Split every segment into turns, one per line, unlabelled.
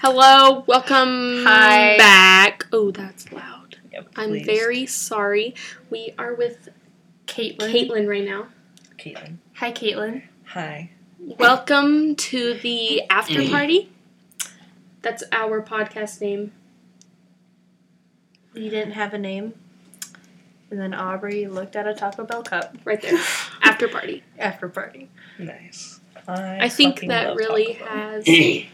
Hello, welcome
Hi.
back. Oh, that's loud.
Yep,
I'm
please.
very sorry. We are with
Caitlin.
Caitlin right now.
Caitlin.
Hi, Caitlin.
Hi.
Welcome to the
Mm.
after party. That's our podcast name.
You didn't have a name. And then Aubrey looked at a Taco Bell cup
Right there. after party.
after party.
Nice. I,
I think
fucking
that
love
really uh,
Taco Bell.
has a,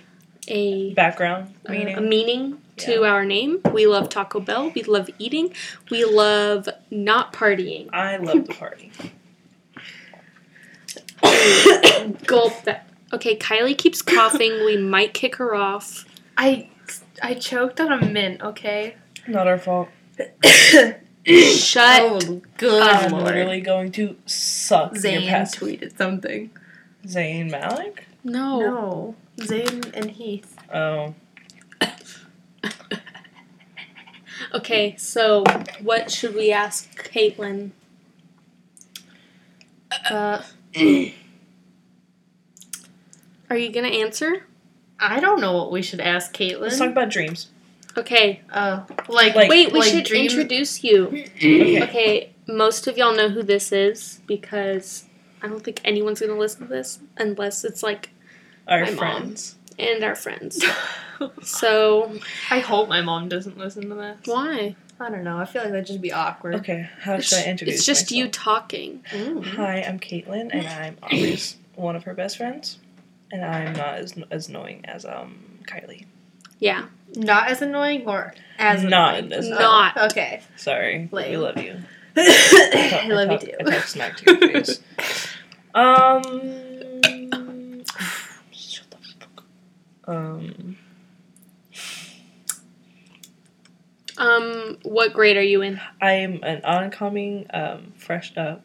a
background meaning.
a meaning to our name. We love Taco Bell. We love eating. We love not partying.
I love the party.
Gulp that. Okay, Kylie keeps coughing. We might kick her off.
I I choked on a mint, okay?
Not our fault.
Shut Oh,
good
I'm literally going to suck
Zayn
your past.
um, tweeted something.
Zayn Malik.
No.
No. Zayn and Heath.
Oh,
Okay, so what should we ask Caitlin?
Uh,
Are you gonna answer?
I don't know what we should ask
let's talk
Caitlin.
about dreams.
Okay.
Uh, like,
Like-
Wait, we
like
should
dream-
introduce you.
Okay.
Okay, most of y'all know who this is because I don't think anyone's gonna listen to this unless it's like
Our
My mom.
friends.
and our friends. So
I hope my mom doesn't listen to this.
why?
I don't know. I feel like that'd just be awkward.
Okay. How
It's,
should I introduce?
it's just you
myself?
talking.
Ooh.
Hi, I'm Caitlin, and I'm Aubrey's one of her best friends, and I'm not as as annoying as um Kylie.
Yeah.
Not as annoying or as
not
annoying?
as
No.
annoying.
Not.
Oh, okay.
Sorry, but we
Lame.
love you.
I love
talk-
you
I
too.
talk smack to your face. Um. Shut the fuck up. Um.
Um, what grade are you in?
I'm an oncoming um fresh uh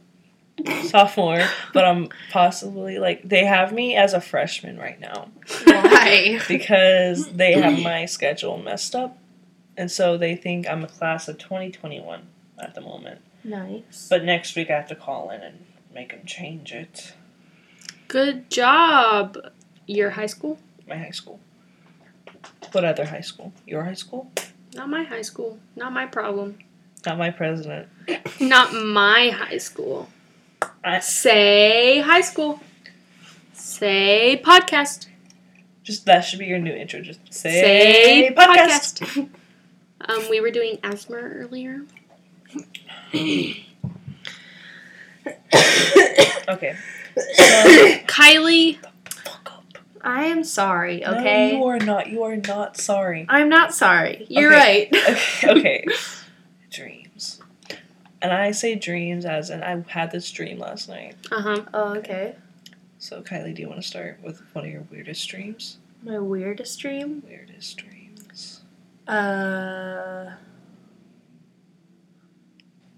sophomore, but I'm possibly like they have me as a freshman right now
Why?
because they have my schedule messed up, and so they think I'm a class of 2021 at the moment.
Nice.
But next week I have to call in and make them change it.
Good job. Your high school?
My high school. What other high school? Your high school?
Not my high school. Not my problem.
Not my president.
Not my high school.
I
Say high school. Say podcast.
just that should be your new intro. Just say,
Say
podcast.
Um, we were doing asthma earlier.
Okay. So,
Kylie,
fuck up.
I am sorry,
No,
okay?
you are not. You are not sorry.
I'm not sorry. You're
Okay.
right.
Okay. okay. dreams. And I say dreams as in I had this dream last night.
uh huh.
Oh, okay.
So Kylie, do you want to start with one of your weirdest dreams?
My weirdest dream?
Weirdest dreams.
Uh.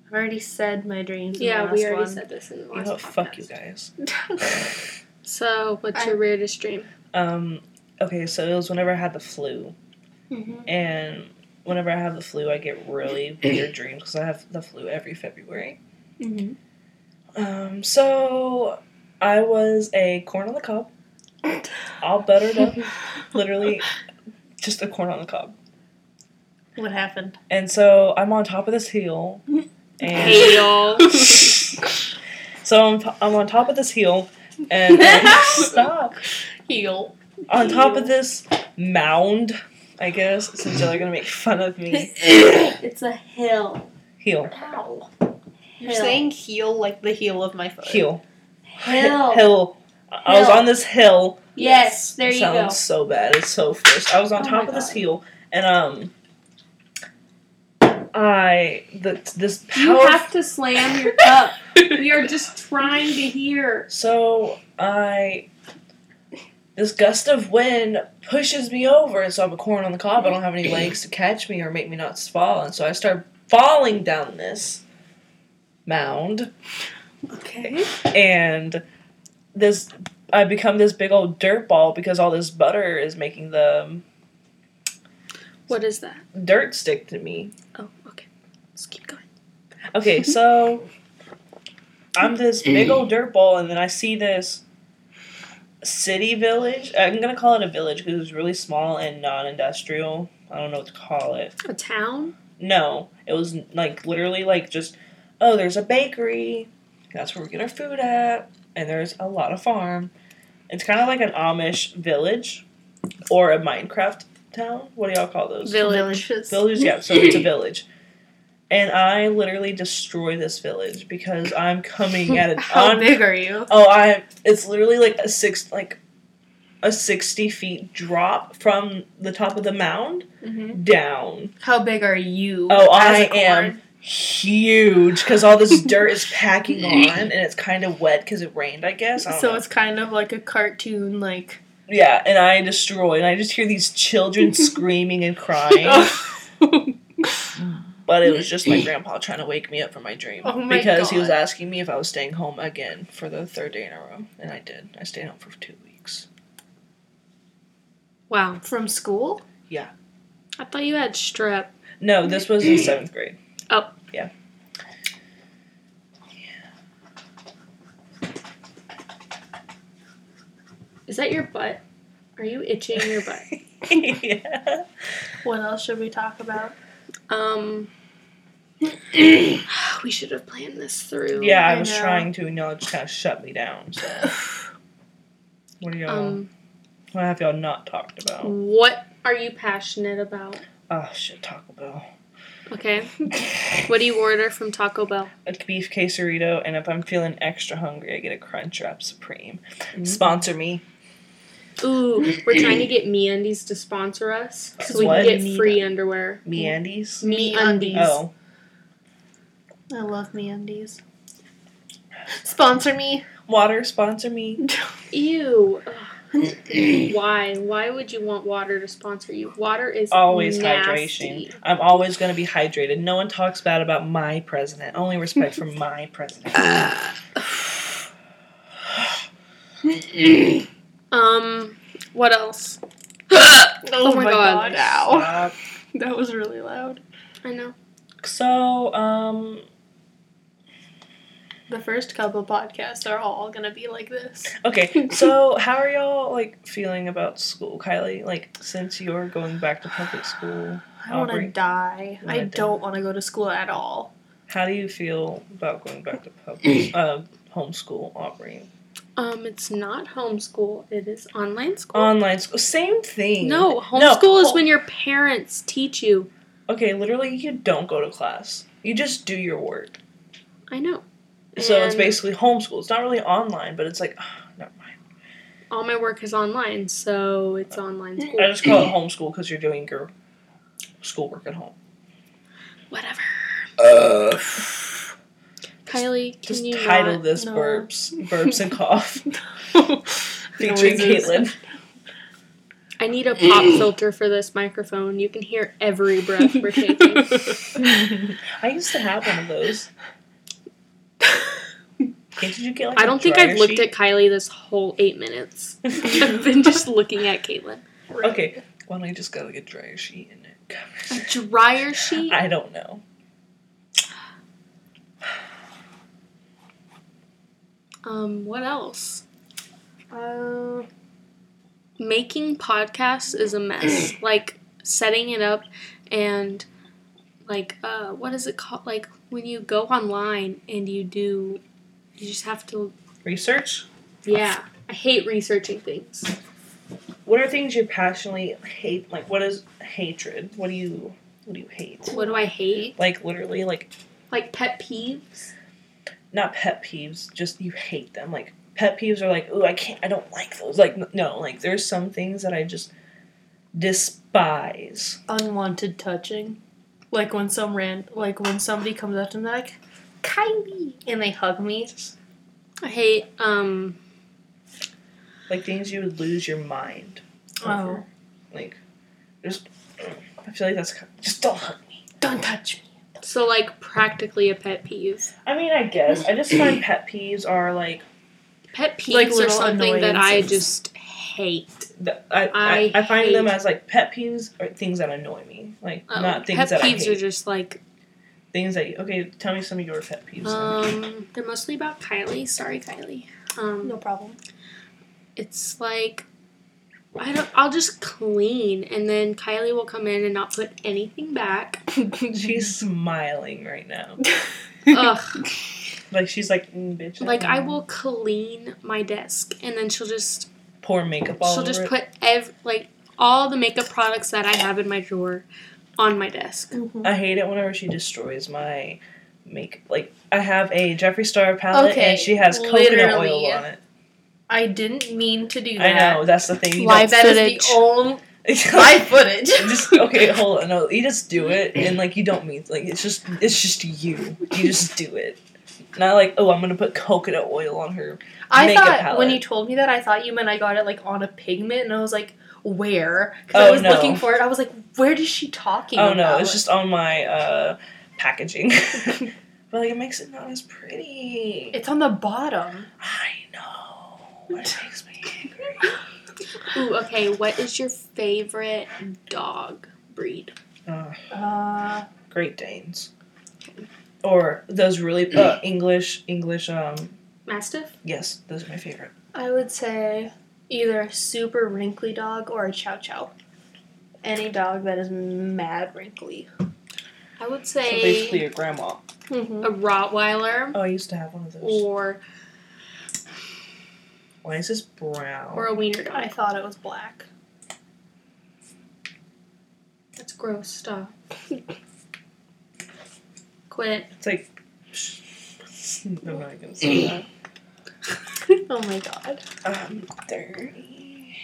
I've already said my dreams. in the
Yeah, we
last
already
one.
said this in the
You
last.
know, what? Oh, fuck
podcast.
you guys.
So, what's
I-
your weirdest dream?
Um. Okay, so it was whenever I had the flu.
Mhm.
and whenever I have the flu, I get really weird dreams because I have the flu every February.
Mhm.
Um, so I was a corn on the cob, all buttered up, literally just a corn on the cob.
What happened?
And so I'm on top of this hill, and
Hey y'all.
so I'm, t- I'm on top of this hill, and stop
Heel.
on top of this mound. I guess since y'all are gonna make fun of me,
it's a hill.
heel,
Ow. You're
Heel.
saying heel like the heel of my foot.
heel,
Hill.
hill. I was
Hill.
on this hill.
Yes, there
It
you
sounds
go.
so bad. It's so fresh. I was on
Oh
top
my
of this
God.
hill, and um, I the this
You
power.
have to slam your cup. we are just trying to hear.
so I this gust of wind pushes me over, and so I'm a corn on the cob. I don't have any legs to catch me or make me not fall, and so I start falling down this mound,
Okay.
and this I become this big old dirt ball because all this butter is making the
What is that?
dirt stick to me.
Oh, okay. Let's keep going.
Okay, so I'm this big old dirt ball, and then I see this city village. I'm gonna call it a village because it's really small and non-industrial. I don't know what to call it.
A town?
No, it was like literally like just oh, there's a bakery. That's where we get our food at, and there's a lot of farm. It's kind of like an Amish village or a Minecraft town. What do y'all call those?
Village.
Villages.
Village, yeah, so it's a village. And I literally destroy this village because I'm coming at an
How
un-
big are you?
Oh, I it's literally like a six like a sixty feet drop from the top of the mound down.
How big are you?
Mm-hmm. Oh,
as
I
a corn?
am huge because all this dirt is packing on and it's kind of wet because it rained. I guess. I don't
So
know.
it's kind of like a cartoon, like.
yeah, and I destroy and I just hear these children screaming and
Oh,
crying. But it was just my grandpa trying to wake me up from my dream
Oh my
because he was
God.
asking me if I was staying home again for the third day in a row, and I did. I stayed home for two weeks.
Wow.
From school?
I thought you had strep.
No, this was in seventh grade.
Is that your butt? Are you itching your butt?
yeah.
What else should we talk about?
Um, oh, we should have planned this through.
Yeah, I
I
was
know.
trying to, and y'all just kind of shut me down. So. What are y'all?
Um,
what have y'all not talked about?
what are you passionate about?
Oh shit, Taco Bell.
Okay. What do you order from Taco Bell?
A beef quesarito, and if I'm feeling extra hungry, I get a Crunchwrap Supreme.
Mm.
Sponsor me.
Ooh, we're trying to get MeUndies to sponsor us so we
What?
can get free underwear.
Mm.
Me Andy's.
MeUndies.
Oh,
I love me undies. Sponsor me.
water sponsor me.
Ew. Ugh. Why? Why would you want water to sponsor you? Water is
Always
nasty.
hydration. I'm always gonna be hydrated. No one talks bad about my president. Only respect for my president.
Um, what else?
Oh,
my God.
Ow.
Stop.
That was really loud.
I know.
So, um,
The first couple podcasts are all gonna be like this.
Okay, so how are y'all like feeling about school, Kylie? Like since you're going back to public school,
I want to
Aubrey.
die.
You wanna
I don't want to go to school at all.
how do you feel about going back to public uh, homeschool, Aubrey?
Um, it's not homeschool. It is online school.
Online school, same thing.
no, homeschool is when your parents teach you.
okay, literally you don't go to class. You just do your work.
I know.
So it's
And
basically homeschool. It's not really online, but it's like, ah, never mind.
all my work is online, so it's online school.
I just call it homeschool because you're doing your schoolwork at home.
Whatever. Kylie, can
Just
you
title
not?
this
No.
burps, burps and cough, featuring
Noises.
Caitlin.
I need a pop filter for this microphone. You can hear every breath we're taking.
I used to have one of those. Okay, Did you get like
I don't think I've looked at Kylie this whole eight minutes. I've been just looking at Caitlin.
Okay, why don't you just go like a dryer sheet and it
A
covers?
dryer sheet?
I don't know.
Um, what else?
Uh,
Making podcasts is a mess. like setting it up and like uh what is it called? Like when you go online and you do you just have to
Research.
yeah. I hate researching things.
What are things you passionately hate? Like, what is hatred? What do you What do you hate?
What do I hate?
Like literally, like
Like pet peeves?
not pet peeves. Just you hate them. Like pet peeves are like, ooh, I can't. I don't like those. Like n- no, like there's some things that I just despise.
unwanted touching, like when some ran, like when somebody comes up to me like, Kylie, and they hug me.
I hate um
Like things you would lose your mind.
Oh,
Like, just, I feel like that's kind just don't hug me.
don't touch me.
So like practically a pet peeve.
I mean, I guess I just find pet peeves are like
Pet peeves
Like
are
little
something that I
annoyances.
just hate.
the, I, I, I,
I
find them
hate-
as like pet peeves or things that annoy me, like
Oh,
not things
pet
that I
peeves
hate.
are just like
Things that you, okay, tell me some of your pet peeves. then.
um they're mostly about Kylie. Sorry, Kylie. Um
No problem.
it's like I don't. I'll just clean, and then Kylie will come in and not put anything back.
She's smiling right now.
Ugh.
Like she's like, mm, bitch.
like I
know."
will clean my desk, and then she'll just
pour makeup all
she'll
over
just
it.
put ev like all the makeup products that I have in my drawer on my desk.
I hate it whenever she destroys my makeup. Like I have a Jeffree Star palette
Okay,
and she has coconut oil
literally.
on it.
I didn't mean to do
I
that.
know that's the thing. You
Live
That is
footage.
the only
don't-
live footage.
just okay, hold on. No, you just do it, and like you don't mean like it's just it's just you. You just do it. Not like oh, I'm gonna put coconut oil on her.
I
Makeup
thought
palette.
when you told me that, I thought you meant I got it like on a pigment, and I was like, where? Because
Oh,
I was
no.
looking for it. I was like, where is she talking?
Oh no,
about?
it's just on my uh packaging. but like it makes it not as pretty.
it's on the bottom.
I know. It makes me angry.
Ooh, okay. What is your favorite dog breed?
Ugh,
Uh,
Ah, Great Danes. Or those really uh, English English um
Mastiff.
yes, those are my favorite.
I would say either a super wrinkly dog or a chow chow. Any dog that is mad wrinkly.
I would
So
say
basically your grandma.
Mm-hmm.
a Rottweiler
Oh, I used to have one of those.
or
Why is this brown?
or a wiener dog.
I thought it was black.
That's gross stuff. Quit.
It's like. I'm not gonna say that.
Oh my god.
Um, thirty.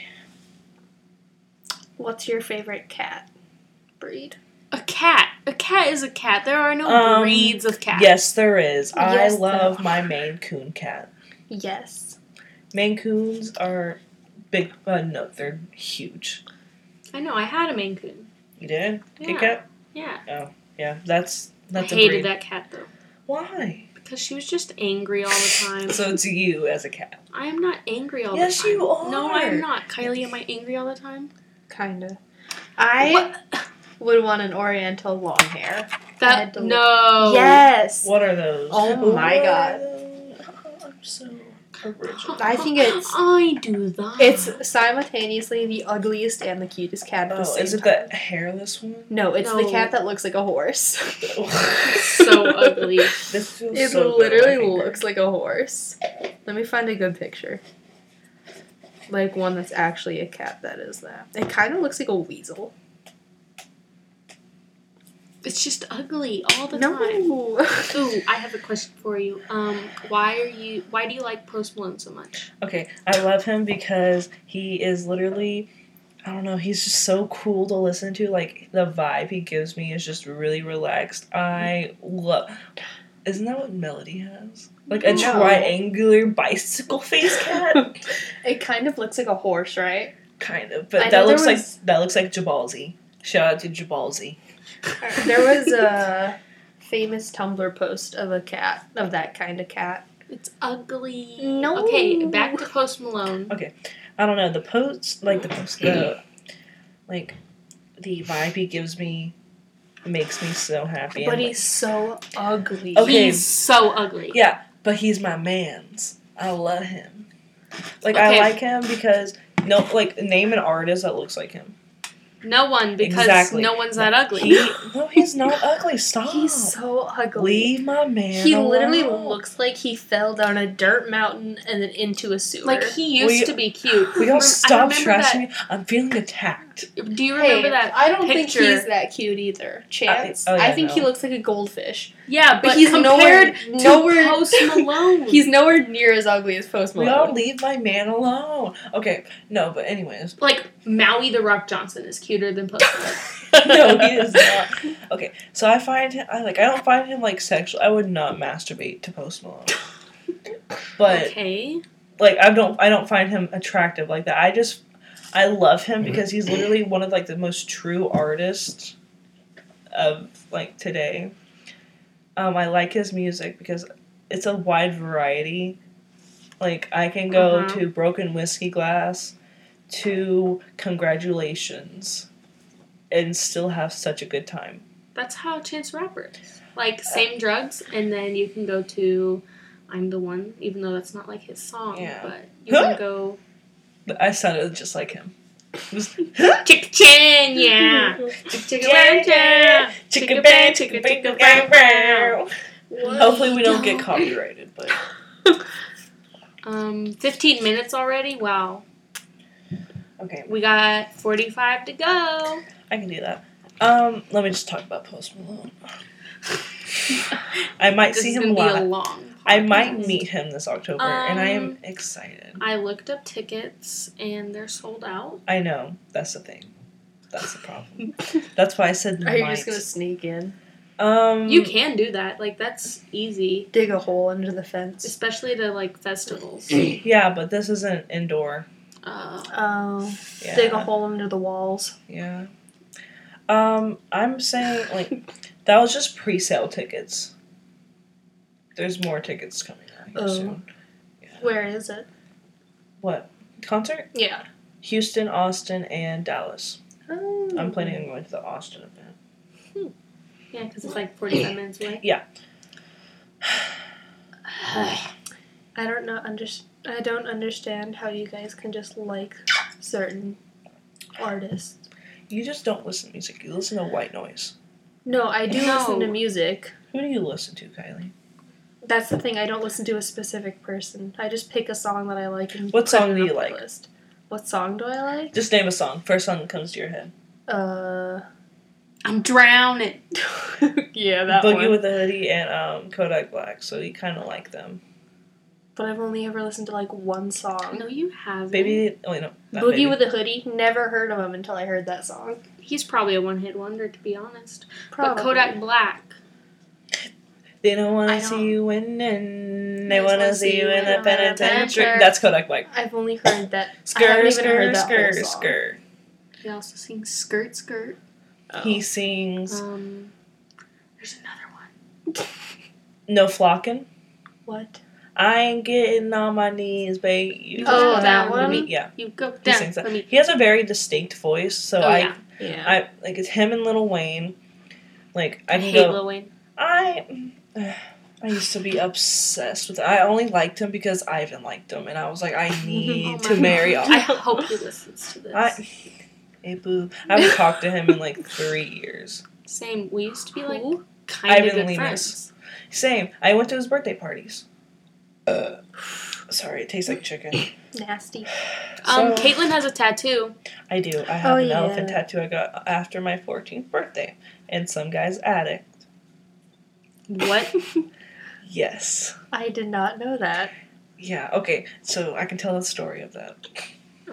What's your favorite cat breed?
A cat. A cat is a cat. There are no
Um,
breeds of cats.
Yes, there is. I
Yes, there
love
are.
my Maine Coon cat.
Yes.
Maine Coons are big. Uh, no, they're huge.
I know. I had a Maine Coon.
You did
Yeah.
Kit Kat.
Yeah.
Yeah, that's that's
I
a
hated
breed.
that cat though
Why?
because she was just angry all the time.
So it's you as a cat.
I am not angry all
Yes,
the time.
you are.
No, I am not. Kylie, am I angry all the time?
Kinda. I
What?
would want an oriental long hair. I had
That
to look-
no.
Oh.
Yes.
What are those?
Oh my
What are
God.
those? Oh, I'm so original.
I think it's-
I do that.
It's simultaneously the ugliest and the cutest cat. At the
Oh,
same
is it
time.
the hairless one?
No, it's the
No.
cat that looks like a horse.
so ugly.
This feels
It
so good on my
literally
finger.
looks like a horse. Let me find a good picture. Like one that's actually a cat that is that. It kind of looks like a weasel.
It's just ugly all the time.
No.
Ooh, I have a question for you. Um, why are you? Why do you like Post Malone so much?
Okay, I love him because he is literally, I don't know, he's just so cool to listen to. Like the vibe he gives me is just really relaxed. I love. Isn't that what Melody has? Like a
No.
triangular bicycle face cat,
it kind of looks like a horse, right?
kind of. But
I know
that looks
there was-
like that looks like Jabalzi. Shout out to Jabalzi.
There was a famous Tumblr post of a cat, of that kind of cat.
It's ugly.
No.
Okay, back to Post Malone.
I don't know the post, like the post, the like the vibe he gives me makes me so happy.
But
and,
he's so ugly.
Okay.
He's so ugly.
Yeah, but he's my man's. I love him. Like I
Okay.
like him because no, like name an artist that looks like him.
No one because
Exactly.
no one's that ugly.
He, no, he's not ugly. Stop.
He's so ugly.
Leave my man.
He literally
alone.
looks like he fell down a dirt mountain and then into a sewer.
like he used
Will you-
to be cute.
We
Rem- I
all stop
remember
trashing me. I'm feeling attacked.
that- Do you remember
Hey,
that?
I don't
picture?
think he's that cute either. Chance.
I-
I,
oh, yeah,
think he
no.
looks like a goldfish.
Yeah, but,
But, he's
compared
nowhere
to
nowhere
Post Malone.
He's nowhere near as ugly as Post
Hmm. We all
Malone.
leave my man alone. Okay, no, but anyways,
like Maui the Rock Johnson is cuter than Post Malone.
no, he is not. Okay, so I find him. I like. I don't find him like sexual. I would not masturbate to Post Malone. But
okay.
like I don't I don't find him attractive like that. I just I love him because he's literally one of like the most true artists of like today. Um, I like his music because it's a wide variety. Like I can go
Uh-huh.
to Broken Whiskey Glass to Congratulations and still have such a good time.
That's how Chance the Rapper is. Like same drugs, and then you can go to I'm the One, even though that's not like his song.
Yeah.
But you can go
I sounded just like him. It was
Chicken chin, yeah. Chicken yeah.
Chicka bang, chicka chicka bang, bang. Hopefully we don't get copyrighted, but
Um, 15 minutes already. Wow.
okay,
We got 45 to go.
I can do that. Um, let me just talk about Post Malone. I might
This
see
is gonna
him
be a
live.
long.
I might
podcast.
meet him this October, and I
Um,
am excited.
I looked up tickets and they're sold out.
I know that's the thing. That's the problem. that's why I said
Are you
might.
just gonna sneak in?
Um,
You can do that. Like that's easy,
Dig a hole under the fence.
especially to like festivals.
Yeah, but this isn't indoor.
Uh,
Oh.
Yeah.
Dig a hole under the walls.
Yeah. Um, I'm saying like that was just pre-sale tickets. There's more tickets coming out here
Oh.
soon.
Where is it?
What concert?
Yeah.
Houston, Austin, and Dallas.
Oh.
I'm planning on going to the Austin event.
yeah, because it's like 45 minutes away.
Yeah.
I don't know. Under- I don't understand how you guys can just like certain artists.
You just don't listen to music. You listen to white noise.
No, I do
No.
listen to music.
Who do you listen to, Kylie?
That's the thing. I don't listen to a specific person. I just pick a song that I like and
What
put
song
it
do
on a
you like?
playlist. What song do I like?
Just name a song. First song that comes to your head.
Uh,
I'm drowning.
yeah, that
Boogie
one.
with a hoodie and um, Kodak Black. So you kind of like them.
but I've only ever listened to like one song.
No, you haven't.
Baby. Oh wait, no. not
Boogie
baby.
with a hoodie. Never heard of him until I heard that song.
He's probably a one-hit wonder, to be honest.
Probably.
But Kodak Black.
They don't want
I
to see
don't-
you
They
winning. They
just
want
wanna
to see you in the
a
penitentiary.
penitentiary.
That's Kodak Black.
I've only heard that. I haven't
Skr,
even heard that
skr,
whole
skr,
song.
skr.
He also sings "Skirt Skirt."
Oh.
He sings
Um, there's another one.
No Flocking.
oh, What?
I ain't getting on my knees, babe. You
go
Oh, that
down with
one?
me.
Yeah,
You go
he
down
sings that.
with me.
He has a very distinct voice, so
oh
I,
yeah,
Yeah.
I like it's him and Little Wayne. Like I
I
can
hate
go.
Lil Wayne.
I I used to be obsessed with. I only liked him because Ivan liked him, and I was like, I need
Oh
to
my
marry.
God.
Ivan.
I hope he listens to this.
I, hey boo, I haven't talked to him in like three years.
Same. We used to be like
Who?
kind of
Ivan
good
Lemus.
friends.
Same. I went to his birthday parties. Uh, sorry, it tastes like chicken.
Nasty.
Um,
So-
Caitlin has a tattoo.
I do. I have
Oh,
an
yeah.
elephant tattoo I got after my 14th birthday, and some guy's attic.
What?
Yes.
I did not know that.
Yeah. Okay. So I can tell the story of that.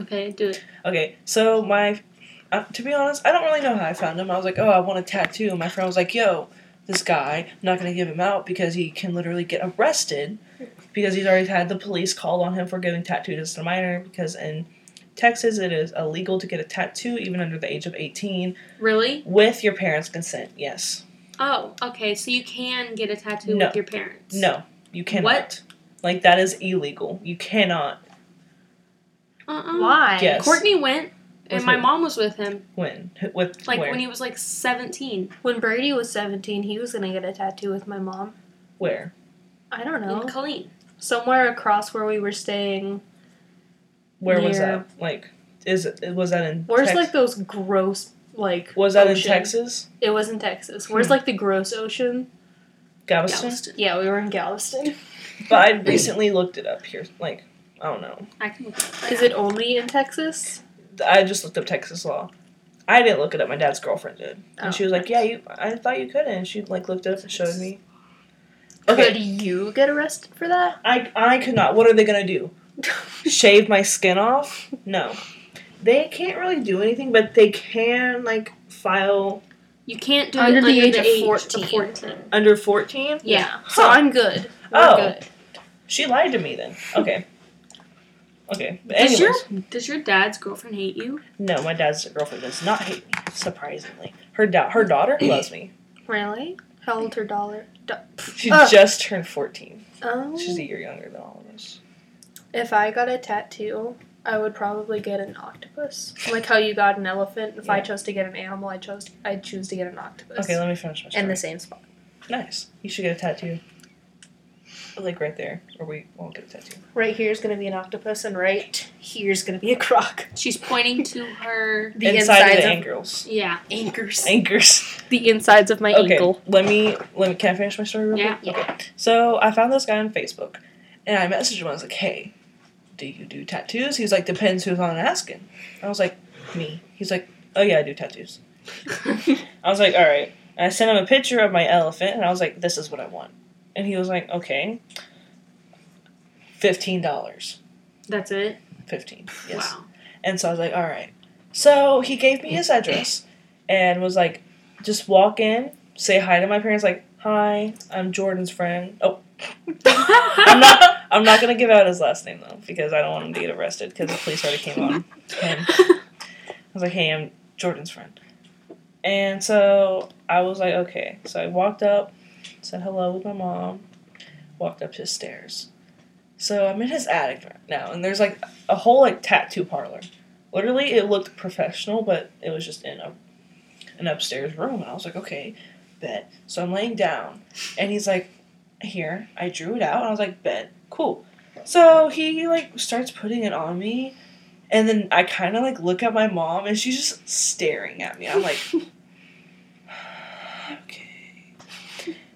okay, do it.
Okay, so my, uh, to be honest, I don't really know how I found him. I was like, oh, I want a tattoo. And my friend was like, yo, this guy, I'm not gonna give him out because he can literally get arrested because he's already had the police called on him for giving tattoos to a minor because in Texas it is illegal to get a tattoo even under the age of 18
Really?
with your parents' consent. Yes.
Oh, okay. So you can get a tattoo
No.
with your parents.
No, you cannot.
What?
Like that is illegal. You cannot
Uh-uh.
Why?
Yes.
Courtney went, and
With
my
who?
mom was with him.
win with
Like
where
when he was like seventeen
When Brady was 17, he was gonna get a tattoo with my mom.
where
I don't know.
in Colleen.
Somewhere across where we were staying.
where was
Near-
that? Like is it was that in
Where's
Tex-
like those gross, like.
was that
ocean?
in Texas?
It was in Texas. Where's
Hmm.
like the gross ocean?
Galveston.
Yeah, we were in Galveston.
But I recently looked it up here. Like, I don't know.
I can look it up.
Is it only in Texas?
I just looked up Texas law. I didn't look it up. My dad's girlfriend did, and
Oh,
she was like,
nice.
"Yeah, you. I thought you could." And she like looked it up and showed me.
Could
Okay,
you get arrested for that?
I I could not. What are they gonna do? Shave my skin off? No, they can't really do anything. But they can like file
You can't do
Under
it
the
under
age
the
of
age
14.
of fourteen.
under fourteen.
Yeah.
So
Huh.
I'm good. We're
Oh.
good.
She lied to me then. Okay. Okay. But anyways,
Does your does your dad's girlfriend hate you?
no, my dad's girlfriend does not hate me. Surprisingly, her da- her daughter loves me.
Really? How old her daughter? da-
She
Ugh.
just turned 14.
Oh.
She's a year younger than all of us.
If I got a tattoo, I would probably get an octopus. Like how you got an elephant. If I
Yeah.
chose to get an animal, I chose I would choose to get an octopus.
Okay, let me finish my story.
in the same spot.
nice. You should get a tattoo. like right there, or we won't get a tattoo.
Right here is going to be an octopus, and right here is going to be a croc.
She's pointing to her.
The
Inside of
insides
the
of,
ankles.
Yeah.
anchors.
Anchors.
The insides of my
okay.
ankle.
Let me let me can I finish my story real
Yeah.
quick? Okay. So I found this guy on Facebook and I messaged him, I was like, Hey, do you do tattoos? He's like, Depends who's on asking. I was like, Me. He's like, Oh yeah, I do tattoos. I was like, all right. And I sent him a picture of my elephant, and I was like, this is what I want. And he was like, okay. Fifteen dollars.
That's it.
Fifteen. Yes.
Wow.
And so I was like, all right. So he gave me his address, and was like, just walk in, say hi to my parents, like, hi, I'm Jordan's friend. Oh, I'm not. I'm not gonna give out his last name though, because I don't want him to get arrested, because the police already came on him. I was like, hey, I'm Jordan's friend. And so I was like, okay. So I walked up, said hello with my mom, walked up his stairs. So I'm in his attic right now, and there's like a whole like tattoo parlor. Literally, it looked professional, but it was just in a an upstairs room, and I was like, okay, bet. So I'm laying down, and he's like, here. I drew it out, and I was like, bet, cool. So he like starts putting it on me, and then I kind of like look at my mom, and she's just staring at me. I'm like, okay.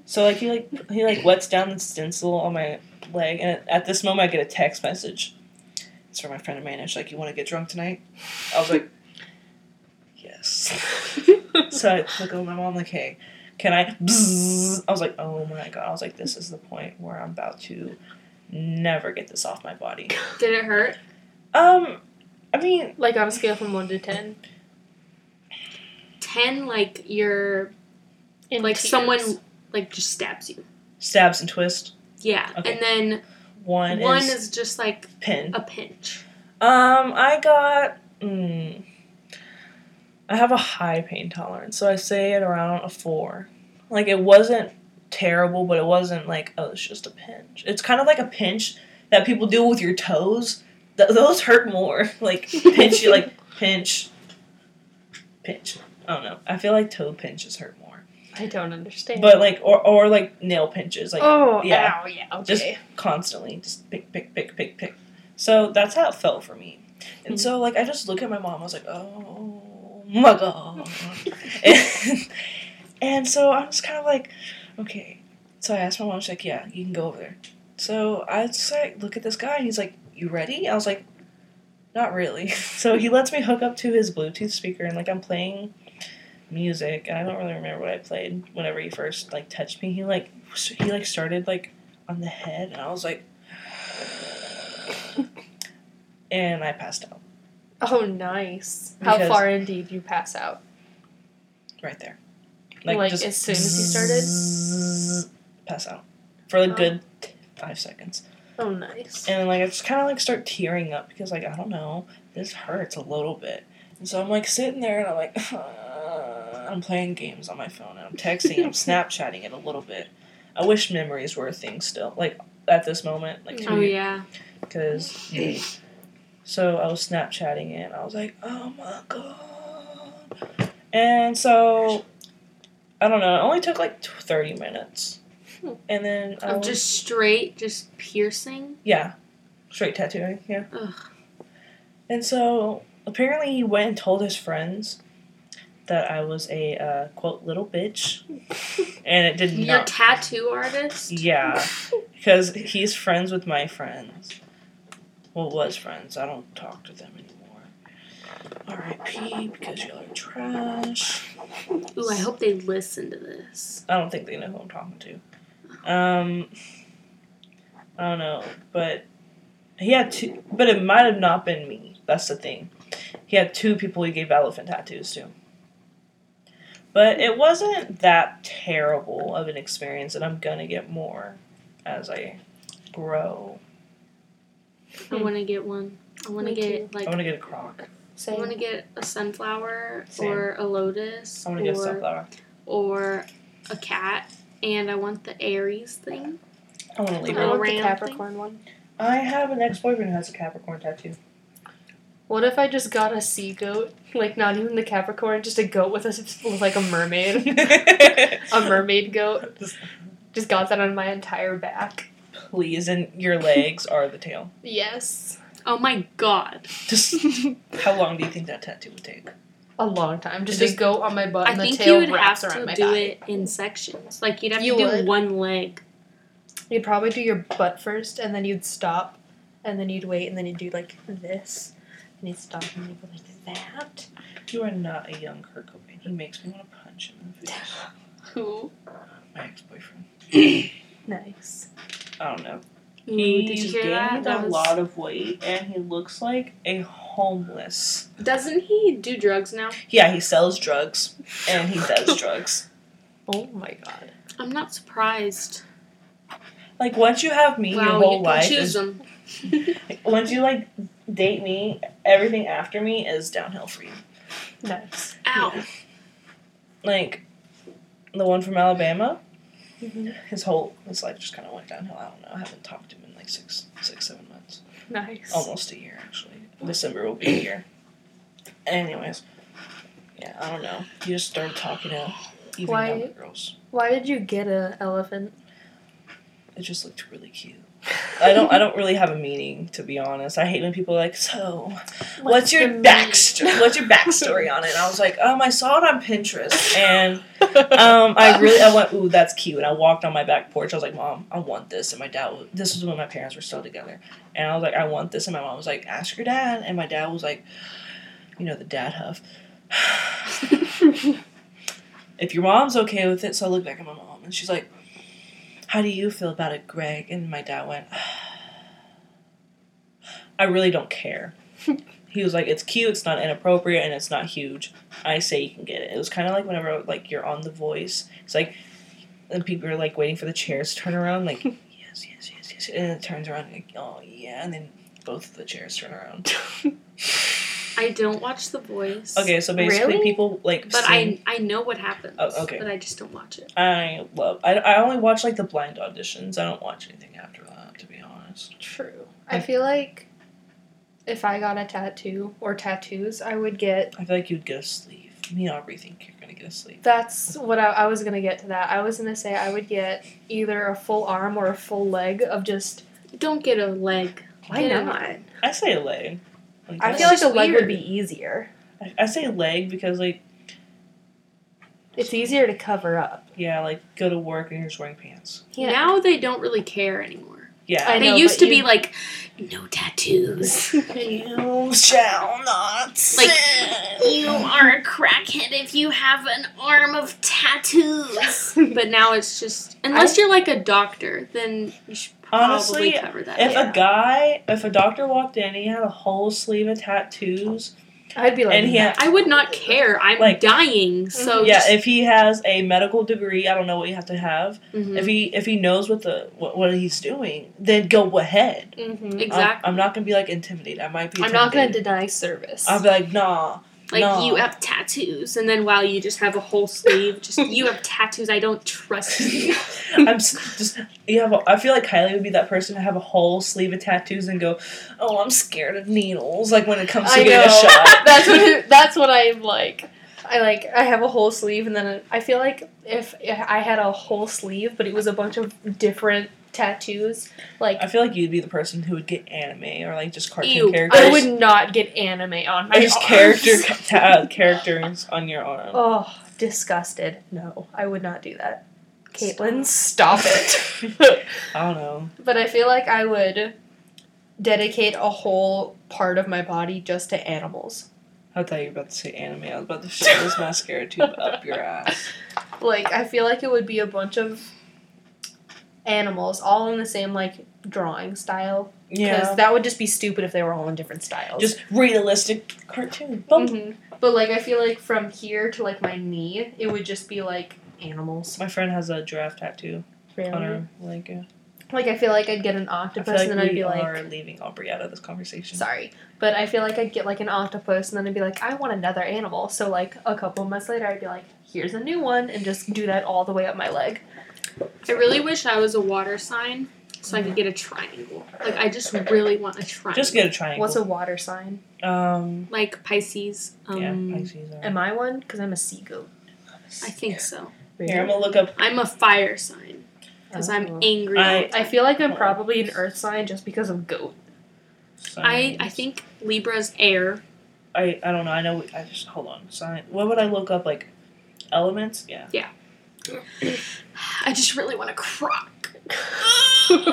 So like he like he like lets down the stencil on my leg, and at this moment I get a text message. It's from my friend Amanda. She's like, "You want to get drunk tonight?" I was like, "Yes." so I look over my mom like, "Hey, can I?" Bzzz. I was like, "Oh my god!" I was like, "This is the point where I'm about to never get this off my body."
Did it hurt?
Um, I mean,
Like on a scale from 1 to 10.
Ten, like you're
In
like
tears.
someone like just stabs you.
stabs and twist.
Yeah,
Okay.
and then
One,
one
is,
is just like
pin.
a pinch.
Um, I got. Mm, I have a high pain tolerance, so I say it around a four. Like it wasn't terrible, but it wasn't like oh, it's just a pinch. It's kind of like a pinch that people do with your toes. Th- those hurt more. Like pinch you, like pinch, pinch. I don't know. I feel like toe pinches hurt more,
I don't understand.
but like or or like nail pinches, like
oh,
yeah.
yeah. Ow, yeah, okay.
Just- constantly just pick pick pick pick pick so that's how it felt for me and so like i just look at my mom i was like oh my god and, and so i'm just kind of like okay so i asked my mom she's like yeah you can go over there so i just like look at this guy and he's like you ready i was like not really so he lets me hook up to his bluetooth speaker and like i'm playing music and i don't really remember what i played whenever he first like touched me he like he like started like on the head, and I was like, and I passed out
oh, nice. How
Because-
far in did you pass out?
right there.
Like, as soon as he started?
started, pass out for a
Oh.
good five seconds,
Oh, nice.
and like I just kind of like start tearing up because like I don't know, this hurts a little bit, and so I'm like sitting there and I'm like. I'm playing games on my phone and I'm texting, I'm Snapchatting it a little bit. I wish memories were a thing still, like at this moment, like two
Oh
years
yeah.
because so I was Snapchatting it. And I was like, oh my god! And so I don't know. It only took like t- thirty minutes, and then I
Hmm. Of
was-
just straight, just piercing.
yeah, straight tattooing. Yeah.
Ugh.
And so apparently he went and told his friends that I was a uh, quote little bitch, and it did
You're
not.
a tattoo artist.
Yeah, because he's friends with my friends. Well, was friends. I don't talk to them anymore. R.I.P. Because y'all are trash.
Ooh, I hope they listen to this.
I don't think they know who I'm talking to. Um, I don't know, but he had two. But it might have not been me. That's the thing. He had two people he gave elephant tattoos to. But it wasn't that terrible of an experience, and I'm gonna get more as I grow.
I want to get one. I want to
Me
get like
I want to get a croc.
I want
Same.
to get a sunflower
Same.
or a lotus
I want to get a
or
sunflower.
or a cat, and I want the Aries thing.
I want to leave
I
it.
Oh.
want the
Round thing?
Capricorn one.
I have an ex boyfriend who has a Capricorn tattoo.
What if I just got a sea goat? Like, not even the Capricorn, just a goat with, a, with like a
Um,
mermaid. a mermaid goat. Just got that on my entire back.
please. And your legs are the tail.
Yes.
Oh my god.
Just how long do you think that tattoo would take?
A long time. Just,
Just-
to go on my butt
I
and the
think you
tail
would have
wraps around
to
my
do
back.
it in sections. Like you'd have to
You
do
would.
one leg.
You'd probably do your butt first, and then you'd stop, and then you'd wait, and then you'd do like this, and you'd stop, and you'd go like that.
You are not a young Kurt Cobain. He makes me want to punch him in the face.
Who?
My ex-boyfriend.
Nice.
I don't know.
Mm, did you
He's
hear that?
gained
That
a
was-
lot of weight, and he looks like a homeless.
Doesn't he do drugs now?
Yeah, he sells drugs, and he does drugs.
Oh my god.
I'm not surprised.
Like once you have me, your
wow,
whole
you can
life
choose
is
them.
once you like date me, everything after me is downhill for you.
Nice.
Ow.
Like the one from Alabama,
Mhm.
his whole his life just kind of went downhill. I don't know. I haven't talked to him in like six, six, seven months.
Nice.
Almost a year actually. December will be a year. Anyways, yeah, I don't know. You just started talking to even
Why-
younger girls.
Why did you get a elephant?
It just looked really cute. I don't. I don't really have a meaning to be honest. I hate when people are like so. what's your
the
backstory? What's your backstory on it? And I was like, um, I saw it on Pinterest, and um, I really, I went, ooh, that's cute. And I walked on my back porch. I was like, Mom, I want this. And my dad, was, this was when my parents were still together, and I was like, I want this. And my mom was like, Ask your dad. And my dad was like, You know, the dad huff. if your mom's okay with it, so I looked back at my mom, and she's like, How do you feel about it, Greg? And my dad went, I really don't care. he was like, it's cute, it's not inappropriate, and it's not huge. I say you can get it. It was kind of like whenever like you're on The Voice. It's like, and people are like waiting for the chairs to turn around, like yes, yes, yes, yes, and it turns around, like oh yeah, and then both of the chairs turn around.
I don't watch The Voice.
Okay, so basically
Really?
people like.
But
sing-
I I know what happens.
Oh, okay.
But I just don't watch it.
I love. I I only watch like the blind auditions. I don't watch anything after that, to be honest.
True. I feel like if I got a tattoo or tattoos, I would get.
I feel like you'd get a sleeve. Me and Aubrey think you're gonna get a sleeve.
That's what I, I was gonna get to that. I was gonna say I would get either a full arm or a full leg of just.
Don't get a leg.
Why
Yeah.
not?
I say a leg. Like,
I
that's-
feel like
That's
a leg would
weird.
be easier.
I, I say leg because like
It's easier to cover up.
yeah, like go to work and you're just wearing pants.
Now they don't really care anymore.
Yeah.
I
they
know,
used
but
to be
you-
like, no tattoos.
You shall not
Like,
sin.
you are a crackhead if you have an arm of tattoos. but now it's just unless you're like a doctor, then you should probably
Honestly,
cover that.
If
Yeah.
a guy, if a doctor walked in, he had a whole sleeve of tattoos,
I'd be like,
and he had,
I would not care. I'm
Like-
Mhm.
dying. So
yeah,
just-
if he has a medical degree, I don't know what you have to have.
Mhm.
If he if he knows what the what, what he's doing, then go ahead.
hmm
I'm-
exactly.
I'm, not gonna be like intimidated. I might be.
I'm not gonna
intimidated.
deny service.
I'll be like, nah.
like
no.
you have tattoos, and then while you just have a whole sleeve, just you have tattoos. I don't trust you.
I'm s- just you have. A, I feel like Kylie would be that person to have a whole sleeve of tattoos and go, "Oh, I'm scared of needles." Like when it comes to
I
getting
know.
a shot.
that's what it, that's what I'm like. I like I have a whole sleeve, and then I feel like if I had a whole sleeve, but it was a bunch of different tattoos, like
I feel like you'd be the person who would get anime or like just cartoon
Ew, I
characters.
I would not get anime on my
or just
arms.
character ta- uh, characters on your arm.
Oh, disgusted. No, I would not do that. Caitlin, Oh, stop it.
I don't know.
But I feel like I would dedicate a whole part of my body just to animals.
I thought you were about to say anime. I was about to shove this mascara tube up your ass.
Like I feel like it would be a bunch of animals all in the same like drawing style because
Yeah.
that would just be stupid if they were all in different styles.
Just realistic cartoon. Boom.
Mhm. But like I feel like from here to like my knee, it would just be like animals.
My friend has a giraffe tattoo on her leg. yeah.
Like I feel like I'd get an
I
octopus
feel like
and then Mm-hmm. I'd
we
be
are
like
leaving Aubrey out of this conversation.
sorry. But I feel like I'd get like an octopus and then I'd be like, I want another animal. So like a couple months later I'd be like, here's a new one and just do that all the way up my leg.
I really wish I was a water sign so I could get a triangle. Like I just really want a triangle.
Just get a triangle.
What's a water sign?
um?
like Pisces. Um,
Yeah, Pisces are.
Am I one? Because I'm a sea goat.
I think so.
Here, I'm gonna look up.
I'm a fire sign. because
Oh.
Uh-huh.
I'm angry.
I-
I feel like I'm probably an earth sign just because of goat.
I, I
Signs.
think Libra's air.
I I don't know. I know. I just hold on. Sign. What would I look up? Like elements? Yeah.
I just really want to crock.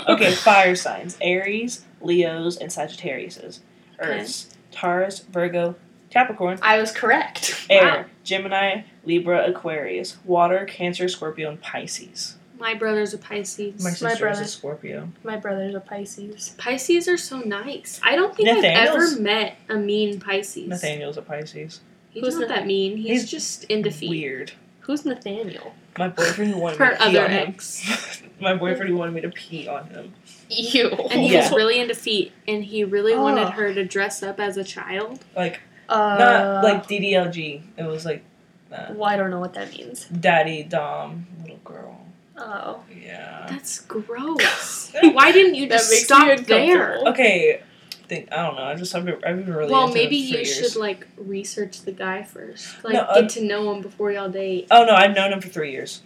Okay. fire signs: Aries, Leos, and Sagittarius's. Earths: Taurus, Virgo, Capricorn,
I was correct.
Air,
Wow.
Gemini, Libra, Aquarius, Water, Cancer, Scorpio, and Pisces.
My brother's a Pisces.
My sister is a brother.
Scorpio.
My brother's a Pisces.
Pisces are so nice. I don't think I've
Nathaniel's-
ever met a mean Pisces.
Nathaniel's a Pisces.
He's
Who's
not that
Nathan-
mean. He's,
He's
just in defeat.
Weird.
Who's Nathaniel?
My boyfriend who wanted me
Her
to pee
other
on him.
ex.
My boyfriend who wanted me to pee on him.
You.
And he
Yeah.
was really in defeat, and he really wanted
Oh.
her to dress up as a child.
Like
Uh,
not like DDLG. It was like uh,
Well, I don't know what that means.
daddy dom little girl.
Oh.
Yeah.
That's gross. Why didn't you
That
just
makes me
stop there?
uncomfortable.
Okay. Think I don't know. I just I've been, I've been really
well,
into it
maybe
for
you
years.
should like research the guy first, like
No,
get
uh,
to know him before y'all date.
Oh no, I've known him for three years.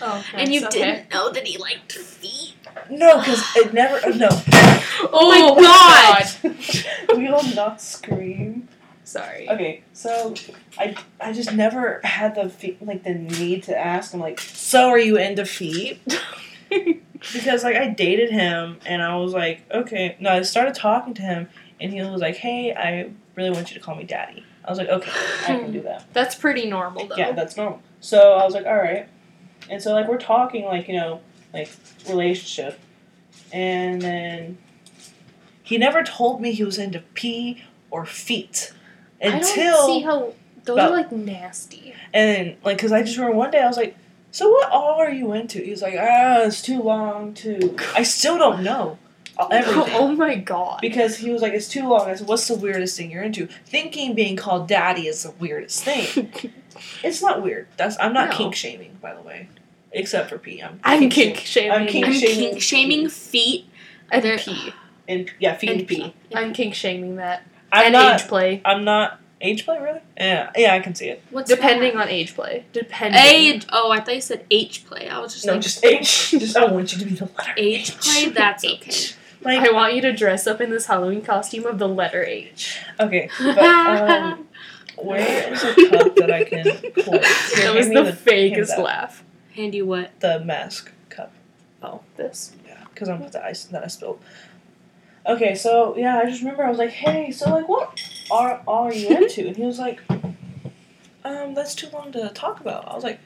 Oh.
and you
nice, okay.
didn't know that he liked feet.
No, because it never. uh, No,
Oh,
my God.
we will not scream.
Sorry.
Okay, so I I just never had the fe- like the need to ask him like, so are you into feet? because like I dated him and I was like, okay, no, I started talking to him and he was like, hey, I really want you to call me daddy. I was like, okay, I can do that.
That's pretty normal though.
Yeah, that's normal. So I was like, all right. And so like we're talking like you know like relationship, and then he never told me he was into pee or feet
I don't see
until
how those
about-
are like nasty.
and like because I just remember one day I was like. So what all are you into? He was like, ah, it's too long, too. I still don't know
Oh,
everything
my god.
because he was like, it's too long. I said, what's the weirdest thing you're into? Thinking being called daddy is the weirdest thing. It's not weird. That's I'm not
No.
kink shaming, by the way, except for pee. I'm,
I'm kink shaming.
I'm kink
I'm
shaming
kink shaming feet.
and
They're-
pee.
and yeah, feet
And
and pee.
I'm kink shaming that.
I'm
and
not.
age play.
I'm not age play really. Yeah, yeah, I can see it.
What's
Depending
that?
on age play. Depending.
age. Oh, I thought you said H play. I was just
No,
like
just age. Just I want you to be the letter
age play. That's okay.
Like
I want you to dress up in this Halloween costume of the letter H.
okay, but um, where is a cup that I can pull? Here,
That
hand
was
me
the
hand
fakest
that.
laugh.
Hand you what?
the mask cup.
Oh, this.
Yeah, because I'm with the ice that I spilled. Okay, so yeah, I just remember I was like, "Hey, so like, what are all are you into?" And he was like, "Um, that's too long to talk about." I was like,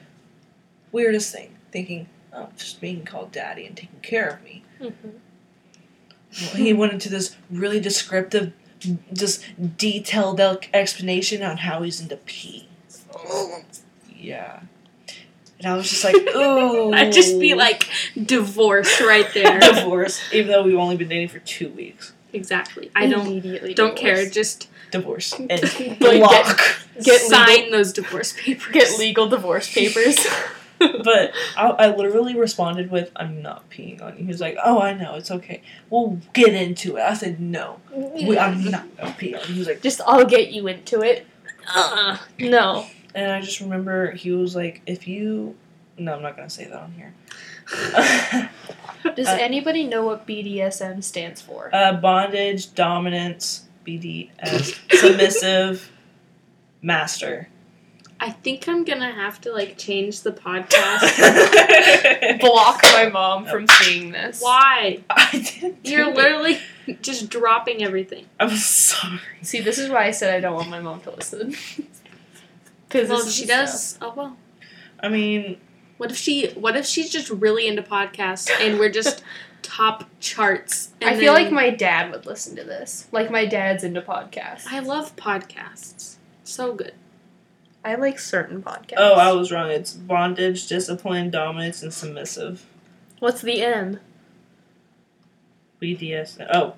"Weirdest thing," thinking, "Oh, just being called daddy and taking care of me."
Mm-hmm.
Well, he went into this really descriptive, just detailed elc- explanation on how he's into pee. Yeah, and I was just like, "Oh,"
I'd just be like divorce right there.
divorce, even though we've only been dating for two weeks.
exactly. I don't
immediately
don't care.
divorced.
Just
Divorce and
Like,
block.
Get
sign
legal,
those divorce papers.
get legal divorce papers.
But I, I literally responded with, "I'm not peeing on you." He was like, "Oh, I know, it's okay. We'll get into it." I said, "No, we, I'm not gonna pee on you." He was like,
Just I'll get you into it. Uh, no.
and I just remember he was like, "If you," no, I'm not gonna say that on here.
Does
Uh,
anybody know what BDSM stands for?
uh, bondage, dominance, BDS, submissive, master.
I think I'm gonna have to like change the podcast.
uh, Block my mom from seeing this.
Oh. Why?
I didn't. do
You're
it.
literally just dropping everything.
I'm sorry.
See, this is why I said I don't want my mom to listen. Because
Well, if she does. Oh well.
I mean,
What if she? What if she's just really into podcasts and we're just top charts? And
I feel
then-
like my dad would listen to this. Like my dad's into podcasts.
I love podcasts. So good.
I like certain podcasts.
oh, I was wrong. It's bondage, discipline, dominance, and submissive.
What's the M?
BDS. Oh,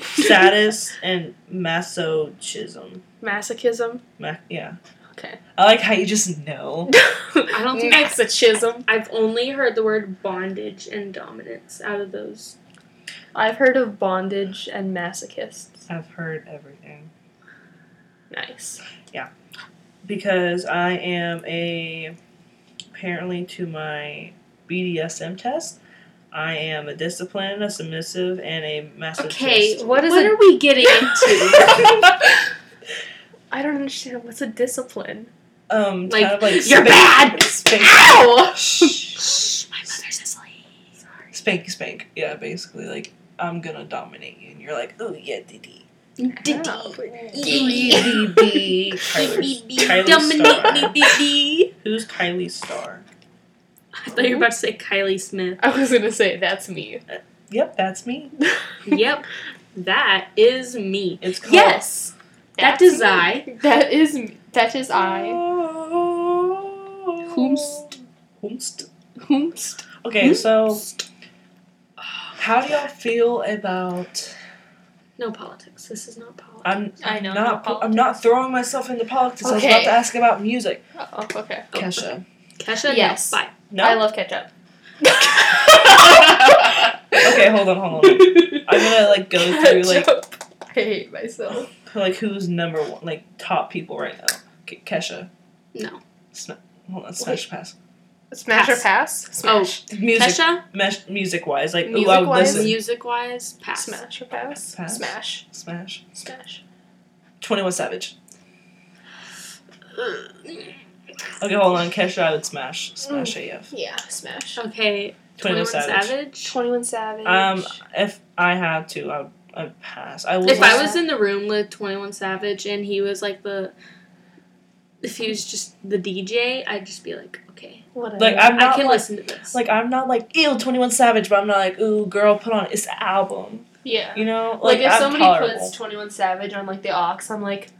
status and masochism.
Masochism.
Ma- yeah.
Okay.
I like how you just know.
I don't think I-
masochism.
I've only heard the word bondage and dominance out of those.
I've heard of bondage and masochists.
I've heard everything
Nice.
because I am a apparently to my BDSM test. I am a disciplined, a submissive, and a
Okay,
masochist.
What is
what
it?
are we getting into?
I don't understand. What's a discipline?
um,
Like,
kind of like
"You're
spank-
bad!"
Spank,
Ow!
Shh.
My mother's asleep.
spank, spank. Yeah, basically, like I'm gonna dominate you, and you're like, oh yeah, Didi.
Diddy.
Didi, Didi. Kylie, Kylie Star.
Diddy.
Who's Kylie Star?
I thought you were about to say Kylie Smith.
I was gonna say that's me.
Yep, that's me.
Yep, that is me.
It's called.
Yes, that
That's
is
me.
I.
That is me. that is I.
Whomst. Whomst.
Whomst.
Okay, so how do y'all feel about?
No politics. This is not politics.
I'm
I know.
not. I'm not throwing myself into politics. I was about
Okay.
to ask about music.
Oh, okay.
Oh,
Kesha.
Kesha.
Yes.
No, bye.
No.
I love ketchup.
okay, hold on, hold on. I'm gonna like go through like
Ketchup. I hate myself.
like who's number one, like top people right now. K- Kesha.
No.
Sna- hold on, smash pass.
Smash or
Pass.
pass? Oh, Smash.
Music,
Oh, Kesha.
mesh, music wise, like ooh, I would
Music-wise?
listen.
Music wise, pass.
Smash or pass?
Pass.
Smash.
Smash.
Smash.
Twenty One Savage.
Ugh.
Okay, hold on, Kesha. I would smash. Smash AF.
Yeah, smash.
Okay.
Twenty One Savage.
Twenty One Savage.
Um, if I had to, I would, I would pass. I would.
If I
listen-
was in the room with 21 Savage and he was like the. If he was just the DJ, I'd just be like, okay,
Whatever.
like I'm
I
not
can
like,
listen to this.
like I'm not like ew Twenty One Savage, but I'm not like ooh girl put on it's an album.
yeah.
You know,
Like, if
I'm
somebody
tolerable.
puts Twenty One Savage on like the aux, I'm like,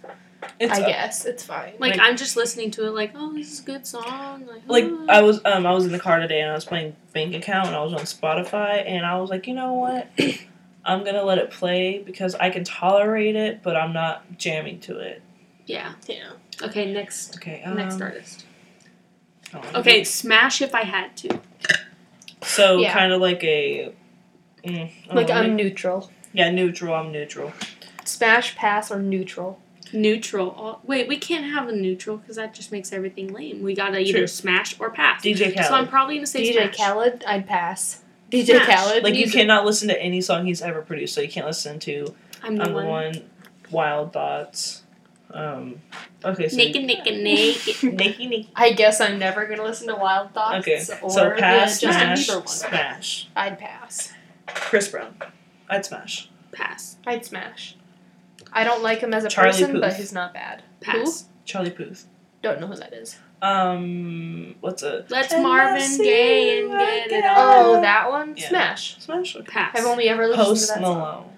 it's
I
a-
guess it's fine.
like,
like-
I'm just listening to it, like, oh, this is a good song. Like,
like
oh.
I was um I was in the car today and I was playing bank account and I was on Spotify and I was like, you know what? I'm gonna let it play because I can tolerate it, but I'm not jamming to it.
yeah.
yeah.
Okay, next,
Okay. Um,
next artist.
hold on.
Okay, Smash if I had to.
So
Yeah.
kind of like a. Mm, I don't
Like um,
know,
I'm neutral.
yeah neutral. I'm neutral.
Smash, pass, or neutral.
Neutral. Oh, wait, we can't have a neutral because that just makes everything lame. We gotta either
True.
smash or pass.
DJ Khaled.
So I'm probably gonna say
DJ
smash.
Khaled, I'd pass. DJ
Smash.
Khaled,
like
music.
you cannot listen to any song he's ever produced. So you can't listen to
I'm the
I'm the
one.
one, Wild Thoughts. Um, okay, so
Naked, naked, naked.
Nikki, Nikki.
I guess I'm never gonna listen to Wild Thoughts
Okay,
or
so pass,
the Justin
smash,
Bieber one.
smash.
I'd pass.
Chris Brown, I'd smash.
Pass.
I'd smash. I don't like him as a
Charlie
person, but
Puth.
he's not bad.
Pass.
Charlie Puth.
Don't know who that is.
Um, what's a
Let's
And I
Marvin
see
Gaye
you
and get it
again.
on.
Oh, that one?
Yeah.
Smash.
smash? Okay.
Pass.
I've only ever listened
Post
to that song.
Malone,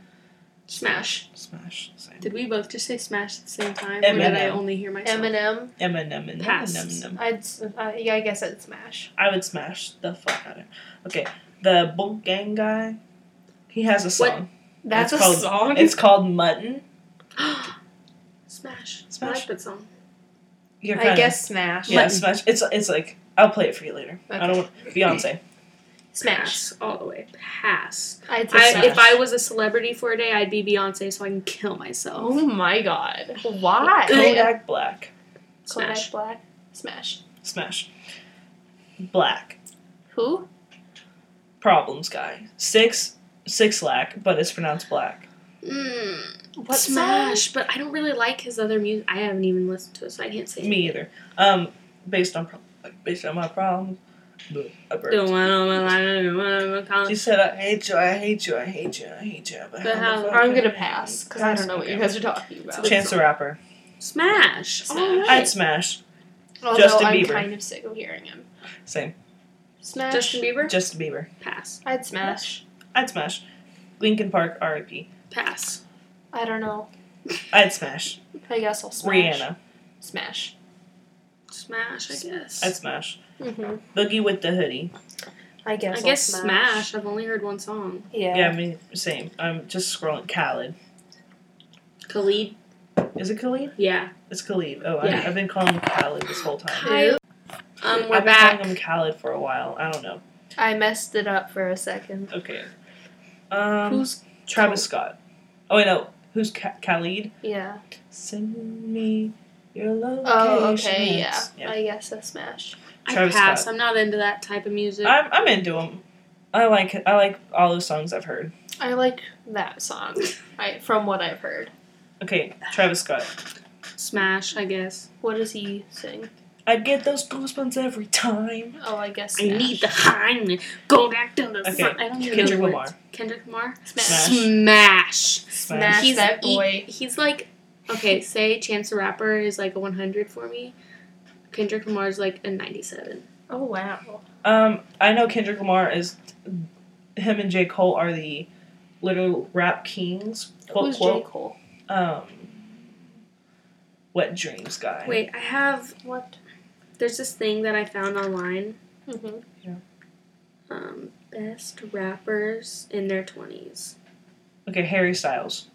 Smash.
smash. Same.
Did we both just say smash at the same time, or did
Eminem.
I only hear myself?
Eminem.
Eminem and
Pass.
Eminem.
I'd. s- Uh, yeah, I guess I'd smash.
I would smash the fuck out of. Him. Okay, the Bolt Gang guy. He has a song.
That's
It's
a
called-
song.
It's called Mutton.
smash. I
Smash.
like that song.
You're
I
kinda-
guess smash.
Yeah,
Mutton.
smash. It's it's like I'll play it for you later. I
Okay.
don't want Beyonce.
Smash.
Pass all the way. Pass.
I'd say
I,
smash.
if I was a celebrity for a day, I'd be Beyonce, so I can kill myself.
Oh my god. Why?
Kodak Black.
Kodak
Smash.
Black. Smash.
Smash. Black.
Who?
Problems guy. Six six lack, but it's pronounced black.
Mm,
What
smash? But I don't really like his other music. I haven't even listened to it, so I can't say.
Me either. Um based on pro- based on my problem. I burped.
Don't wanna- wanna- wanna- wanna- wanna call
She
it-
said I hate you, I hate you, I hate you, I hate you. But,
But
how
how-
the fuck
I'm
can
gonna
I
pass because I don't know what you
Okay.
guys are talking about.
Chance the rapper.
Smash.
Smash.
All
I'd
right.
smash.
Although
Justin
I'm
Bieber.
kind of sick of hearing him.
Same.
Smash.
Justin Bieber.
Justin Bieber.
Pass.
I'd smash.
I'd smash. Linkin Park, R.I.P.
Pass.
I don't know.
I'd smash.
I guess I'll smash.
Rihanna.
Smash.
Smash. I guess.
I'd smash.
hmm
Boogie with the hoodie.
I guess.
I
I'll
guess
smash.
smash. I've only heard one song.
Yeah.
Yeah, I mean, same. I'm just scrolling. Khaled.
Khalid.
Is it Khalid?
Yeah.
It's Khalid. Oh, I,
Yeah.
I've been calling him Khalid this whole time.
Kyle. Um, we're
I've been
back.
calling him Khalid for a while. I don't know.
I messed it up for a second.
Okay. Um,
Who's
Travis Scott? Oh, wait, no. Who's Ka- Khalid?
Yeah.
Send me your location.
Oh, okay. Yeah.
yeah.
I guess a smash.
I
Travis
pass.
Scott.
I'm not into that type of music.
I'm, I'm into him. I like I like all those songs I've heard.
I like that song. I from what I've heard.
Okay, Travis Scott.
Smash, I guess.
What does he sing?
I get those goosebumps every time.
Oh, I guess
I need the
Smash.
high. Go back to the
Okay,
front. I don't even
Kendrick
know the
Lamar.
words. Kendrick Lamar.
Smash.
Smash.
Smash
He's
that
e-
boy.
he's like, okay, say Chance the Rapper is like a 100 for me. Kendrick Lamar is like a 97.
Oh wow.
Um, I know Kendrick Lamar is. Him and J Cole are the literal rap kings. Quote,
Who's
quote.
J Cole?
Um, Wet Dreams guy.
Wait, I have.
What?
There's this thing that I found online.
hmm
Um, best rappers in their 20s.
Okay, Harry Styles.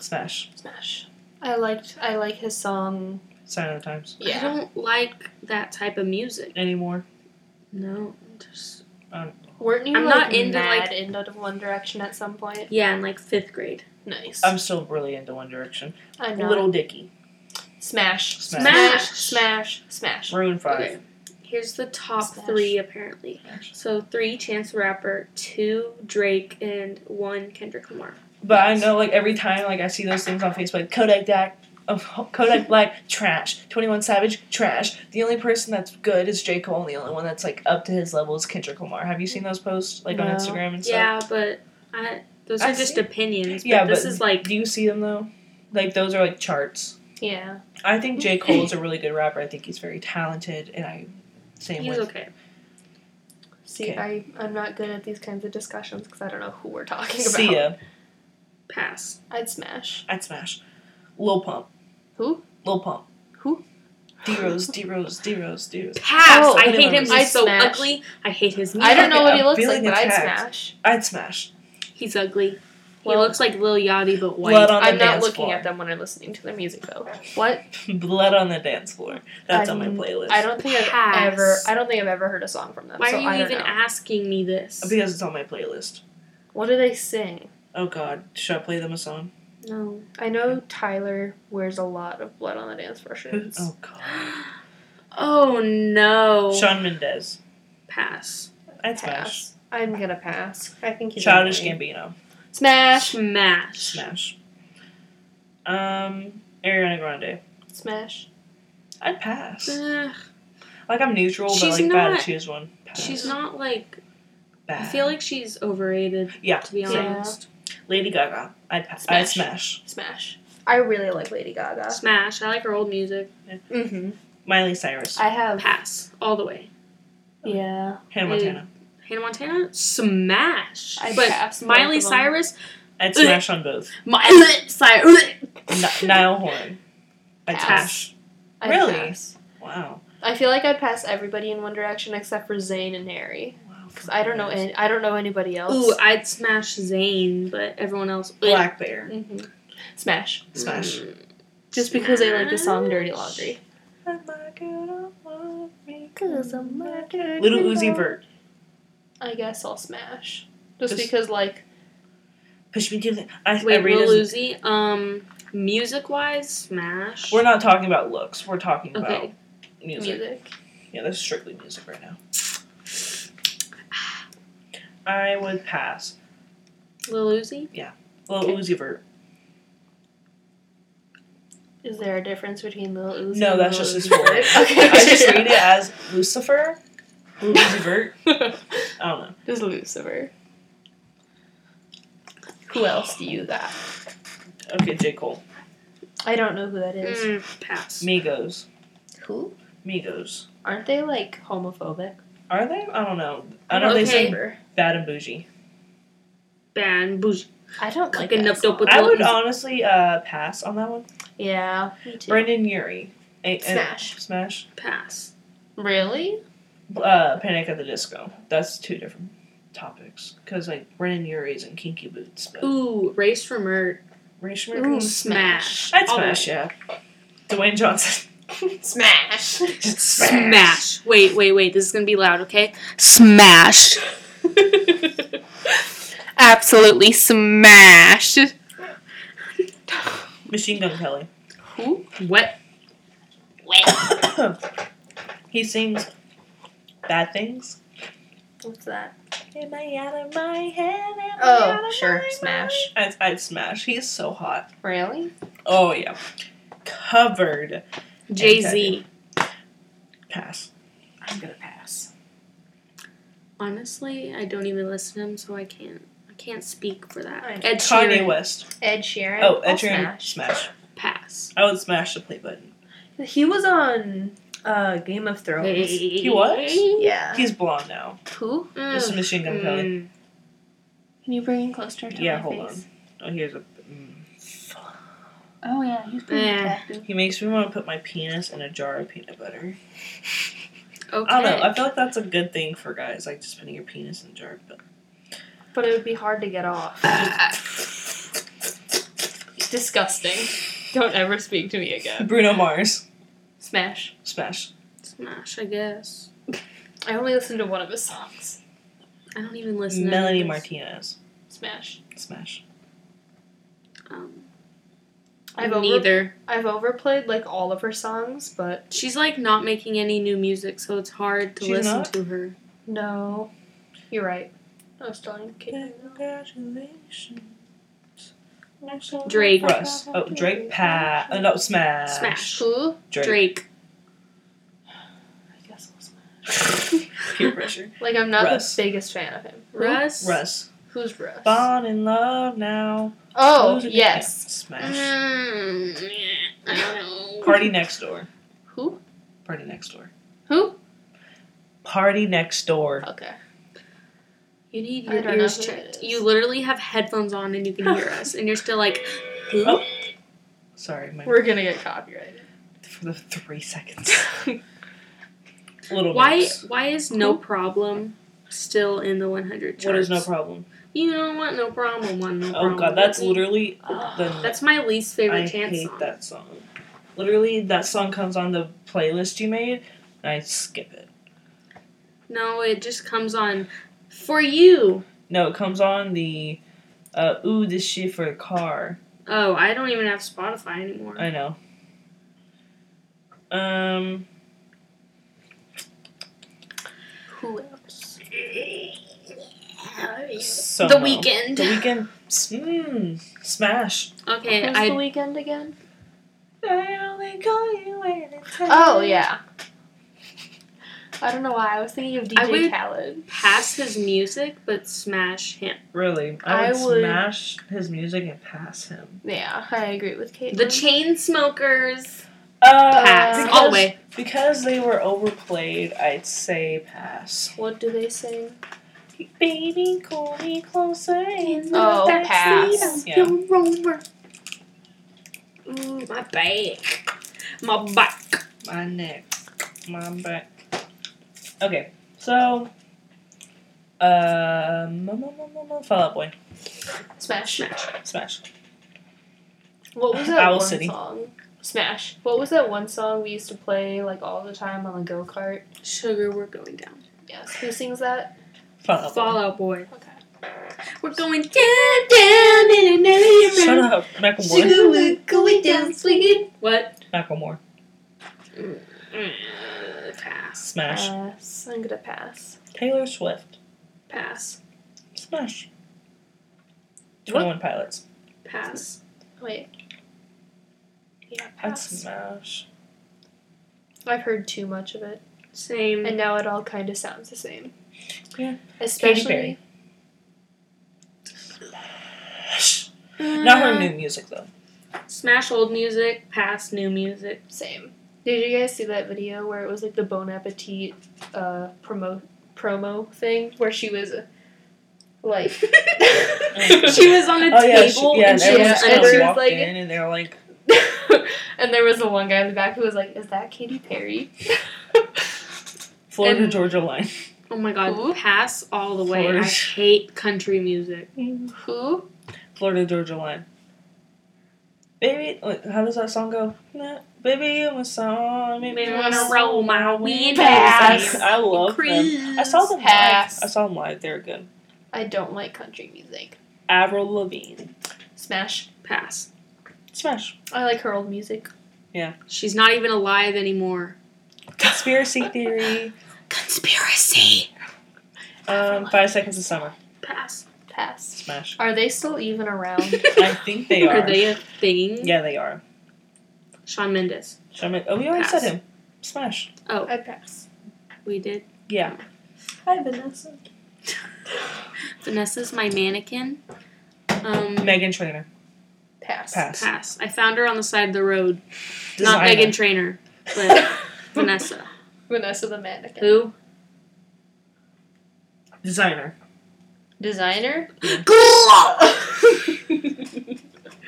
Smash.
Smash. I liked. I like his song.
Sign of the Times.
I don't like that type of music.
Anymore.
No. I'm Just,
Weren't you
I'm
like
not into,
mad
like-
into One Direction at some point?
yeah, in like fifth grade.
Nice.
I'm still really into One Direction.
I'm not.
Little Dicky.
Smash.
Smash.
Smash. Smash.
Maroon Five.
Okay. Here's the top
Smash.
three apparently. So three Chance the Rapper, two Drake, and one Kendrick Lamar.
But I know, like every time, like I see those things on Facebook, like, Kodak Black, oh, Kodak Black, trash. Twenty One Savage, trash. The only person that's good is J Cole, and the only one that's like up to his level is Kendrick Lamar. Have you seen those posts, like on
No.
Instagram and stuff?
yeah, but I, those
I
are just
see.
opinions. But
Yeah,
this
but-
is like
Do you see them though? Like those are like charts.
Yeah.
I think J Cole is a really good rapper. I think he's very talented, and I same
he's
with
okay.
See,
Okay.
I I'm not good at these kinds of discussions because I don't know who we're talking about.
see ya.
Pass.
I'd smash.
I'd smash. Lil Pump.
Who?
Lil Pump.
Who?
D Rose. D Rose. D Rose. D Rose.
Pass.
Oh,
I
I
hate him.
remember.
He's so
I'd smash.
ugly. I hate his music.
I don't know
Okay,
what he
I'm
looks like,
feeling
but I'd
attacked.
smash.
I'd smash.
He's ugly.
Well-
he looks like Lil Yachty but white.
Blood on the
I'm not
dance
looking
floor.
at them when I'm listening to their music though. What?
Blood on the dance floor. That's on my
I'm-
playlist.
I don't think
Pass.
I've ever. I don't think I've ever heard a song from them.
Why
so
are you
I don't
even
know.
asking me this?
because it's on my playlist.
What do they sing?
Oh God, should I play them a song?
No.
I know Tyler wears a lot of blood on the dance floor shirts.
Oh God,
Oh no.
Sean Mendez.
Pass.
I'd smash.
pass. I'm gonna pass. I think he's
Childish
annoying.
Gambino.
Smash.
Smash.
Smash. Um, Ariana Grande.
Smash.
I'd pass.
Ugh,
Like I'm neutral, but
Uh, She's
like bad
not-
to choose one. Pass.
she's not like.
Bad.
I feel like she's overrated.
Yeah.
To be
Yeah.
honest.
Lady Gaga. I'd pass. I'd
Smash.
smash.
Smash. I really like Lady Gaga.
Smash. I like her old music.
Mm-hmm.
Miley Cyrus.
I have.
Pass all the way.
Yeah.
Hannah
Mm.
Montana.
Hannah Montana. Smash.
I'd
but
pass both
Miley
of 'em.
Cyrus.
I'd smash on both.
Miley Cyrus.
N- Niall Horan. I'd
Pass.
smash.
I'd
Really?
Pass.
Wow.
I feel like I'd pass everybody in One Direction except for Zayn and Harry.
Wow.
Cause I don't know. Any, I don't know anybody else.
Ooh, I'd smash Zayn, but everyone else. ugh.
Black Bear.
hmm Smash.
Smash.
Mm.
Just because I like the song Dirty Laundry.
I'm not gonna want me.
I'm
Little Uzi Vert.
I guess I'll smash. Just
Just-
because, like,
Push me to the. I, I
Wait,
read
Lil
his-
Uzi. Um, music wise, Smash.
We're not talking about looks. We're talking about
Okay.
music.
music.
Yeah, that's strictly music right now. I would pass.
Lil Uzi.
Little Uzi Vert.
Is there a difference between Lil Uzi?
No,
and
that's
Lil
just his
Uzi Vert?
forehead.
okay,
I just read it as Lucifer. Lil Uzi Vert.
it.
I don't know.
just Lucifer. Who else do you got?
Okay, J Cole.
I don't know who that is.
Mm, pass.
Migos.
Hmm. Who?
Migos.
Aren't they like homophobic?
Are they? I don't know. I know
Okay.
they say bad and bougie.
Ban bougie.
I don't like
Cooking
that
up dope
song.
with-
I would
Lil Uzi-
honestly uh, pass on that one.
Yeah, me too.
Brendan Urie. A- and-
Smash.
Smash.
Pass.
Really?
Uh, Panic at the Disco. That's two different topics. Because, like, Brendan Urie's in Kinky Boots. But
Ooh, Race for Murder.
Race
Ooh,
Americans?
Smash.
I'd
All the
smash,
way.
yeah. Dwayne Johnson.
Smash.
Smash. Wait, wait, wait. This is gonna be loud, okay? Smash. Absolutely smash.
Machine Gun Kelly.
Who? What?
he sings Bad Things.
What's that?
Am I out of my head? Am I out
Oh,
of
sure.
my
Smash.
mind? I'd, I'd smash. He's so hot.
Really?
Oh yeah, covered.
Jay Z.
Pass.
I'm gonna pass.
Honestly, I don't even listen to him, so I can't. I can't speak for that.
I know.
Ed
Kanye
Sheeran,
West.
Ed Sheeran.
Oh, Ed
I'll
Sheeran.
smash.
smash.
pass.
I would smash the play button.
He was on uh, Game of Thrones.
He
was?
Mm.
Yeah.
He's bloned now.
Who?
This is Machine Gun Kelly.
Uh, Mm.
Can you bring him closer to
Yeah,
my
hold
face?
Oh, here's a. Mm.
Oh yeah, he's pretty
Yeah.
attractive.
He makes me want to put my penis in a jar of peanut butter.
Okay.
I don't know. I feel like that's a good thing for guys, like just putting your penis in a jar of
But it would be hard to get off. Disgusting. Don't ever speak to me again.
Bruno Mars.
Smash.
Smash.
Smash, I guess.
I only listened to one of his songs.
I don't even listen. to
Melanie
him.
Martinez.
Smash.
Smash.
Um,
I've over-
neither.
I've overplayed like all of her songs, but
She's like not making any new music, so it's hard to
She's
listen
not?
to her.
no. You're right. I was telling Kate.
Congratulations.
Drake.
Russ. Oh, Drake. Pat. Oh, no, Smash.
Smash.
Who?
Drake.
I guess I'll smash.
Peer pressure.
Like I'm not
Russ.
the biggest fan of him. Who?
Russ.
Russ.
Who's Russ?
Falling in love now.
Oh
Losing it
yes. Mm.
now. Smash.
Mm, yeah, I don't know.
Party next door.
Who?
Party next door.
Who?
Party next door.
Okay.
You need
I
your
don't know
ears
who it
checked.
is.
You literally have headphones on and you can hear us, and you're still like, who?
Oh. Sorry, my
We're gonna get copyrighted.
for the three seconds. Little
Why?
Mix.
Why is no problem still in the 100 charts?
What is no problem?
You know what? No problem. One. No problem.
Oh god, that's
Me.
literally
Ah,
the.
That's my least favorite
I
chance
hate
song.
that song. Literally, that song comes on the playlist you made, and I skip it.
No, it just comes on for you.
No, it comes on the. Uh, ooh, this shit for a car.
Oh, I don't even have Spotify anymore.
I know. Um,
Who else?
so
the
no.
weekend.
The weekend. Mmm, smash.
Okay,
Who's the
I
weekend again?
I only call you when it's
Oh yeah. I don't know why I was thinking of
I
DJ
would-
Khaled.
pass his music, but smash him.
Really, I
I
would,
would-
smash his music and pass him.
Yeah, I agree with Kate.
The chain smokers.
Uh,
Pass
because-
all the way.
Because they were overplayed, I'd say pass.
What do they sing?
Baby, call me closer. In the
Oh,
backseat
pass.
of your-
rover. Ooh, my back. My back.
My neck. My back. Okay, so. Um, Fall Out Boy.
Smash.
Smash.
What was that
Owl
one
City.
song? Smash. What was that one song we used to play like all the time on the go kart?
Sugar, we're going down.
Yes. Who sings that?
Fall Out Boy.
Fallout Boy.
Okay.
We're going down, down in an
Shut
area.
up. Macklemore.
Sugar, we're going down swinging. What?
Macklemore.
Mm, pass.
Uh,
Smash.
Pass. I'm gonna pass.
Taylor Swift.
Pass.
Smash.
What?
21 Pilots.
Pass.
Wait. Yeah,
I'd
pass.
smash.
I've heard too much of it,
Same.
and now it all kind of sounds the same.
Yeah.
Especially.
Perry. Not her new music, though.
Smash old music, pass new music.
Same. Did you guys see that video where it was like the Bon Appetit uh, promo promo thing where she was like
she was on a
Oh yeah,
table
she, yeah,
and
and
she was
everyone's
everyone just
and
kind
under.
of
she was
walked
like-
in, and they're like,
and there was the one guy in the back who was like, "Is that Katy Perry?"
Florida
And-
Georgia Line.
Oh my god,
Who?
pass all the way. I
Flourish.
hate country music.
who?
Florida Georgia Line. Baby, wait, how does that song go? Nah, Baby, I'm a song. Maybe
Maybe
I'm
wanna
a
roll
song.
my windows.
Pass.
up.
I love them. I saw them
Pass.
live. I saw them live. They're good.
I don't like country music.
Avril Lavigne.
Smash.
Pass.
Smash.
I like her old music.
She's not even alive anymore.
Conspiracy Theory.
Conspiracy.
Um, Five Seconds of Summer.
Pass.
Pass.
Smash.
Are they still even around?
I think they are.
Are they a thing?
Yeah, they are.
Sean Mendes.
Shaman. Oh, we already
Pass.
said him. Smash.
Oh,
I pass.
we did.
Yeah.
Hi, Vanessa.
Vanessa's my mannequin. Um,
Megan Trainer.
Pass.
Pass.
pass. I found her on the side of the road. Not
Designer.
Megan Trainer, but Vanessa.
Vanessa the mannequin.
Who?
Designer.
Designer.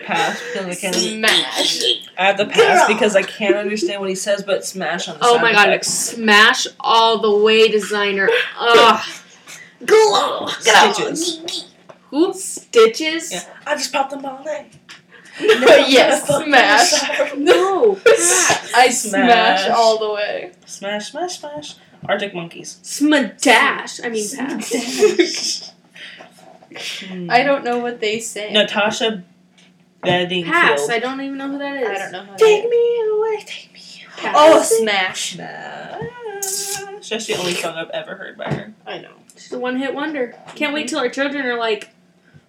Pass. Because I, can't,
Smash.
I have to pass because I can't understand what he says, but smash on the
Oh
sound
my god,
effects.
smash all the way designer. Ugh. Glow.
Stitches.
Who?
Stitches.
Yeah. I just popped them all in.
yes, smash.
No. pass.
I
Smash all the way.
Smash, smash, smash. Arctic Monkeys.
Smadash. I mean, pass. Hmm.
I don't know what they say.
Natasha Bedingfield.
Pass. I don't even know who that is.
I don't know how
Take
they-
me away, take me away.
Pass.
Oh, smash.
Smash. That's the only song I've ever heard by her.
I know.
She's a one hit wonder. Can't wait till our children are like,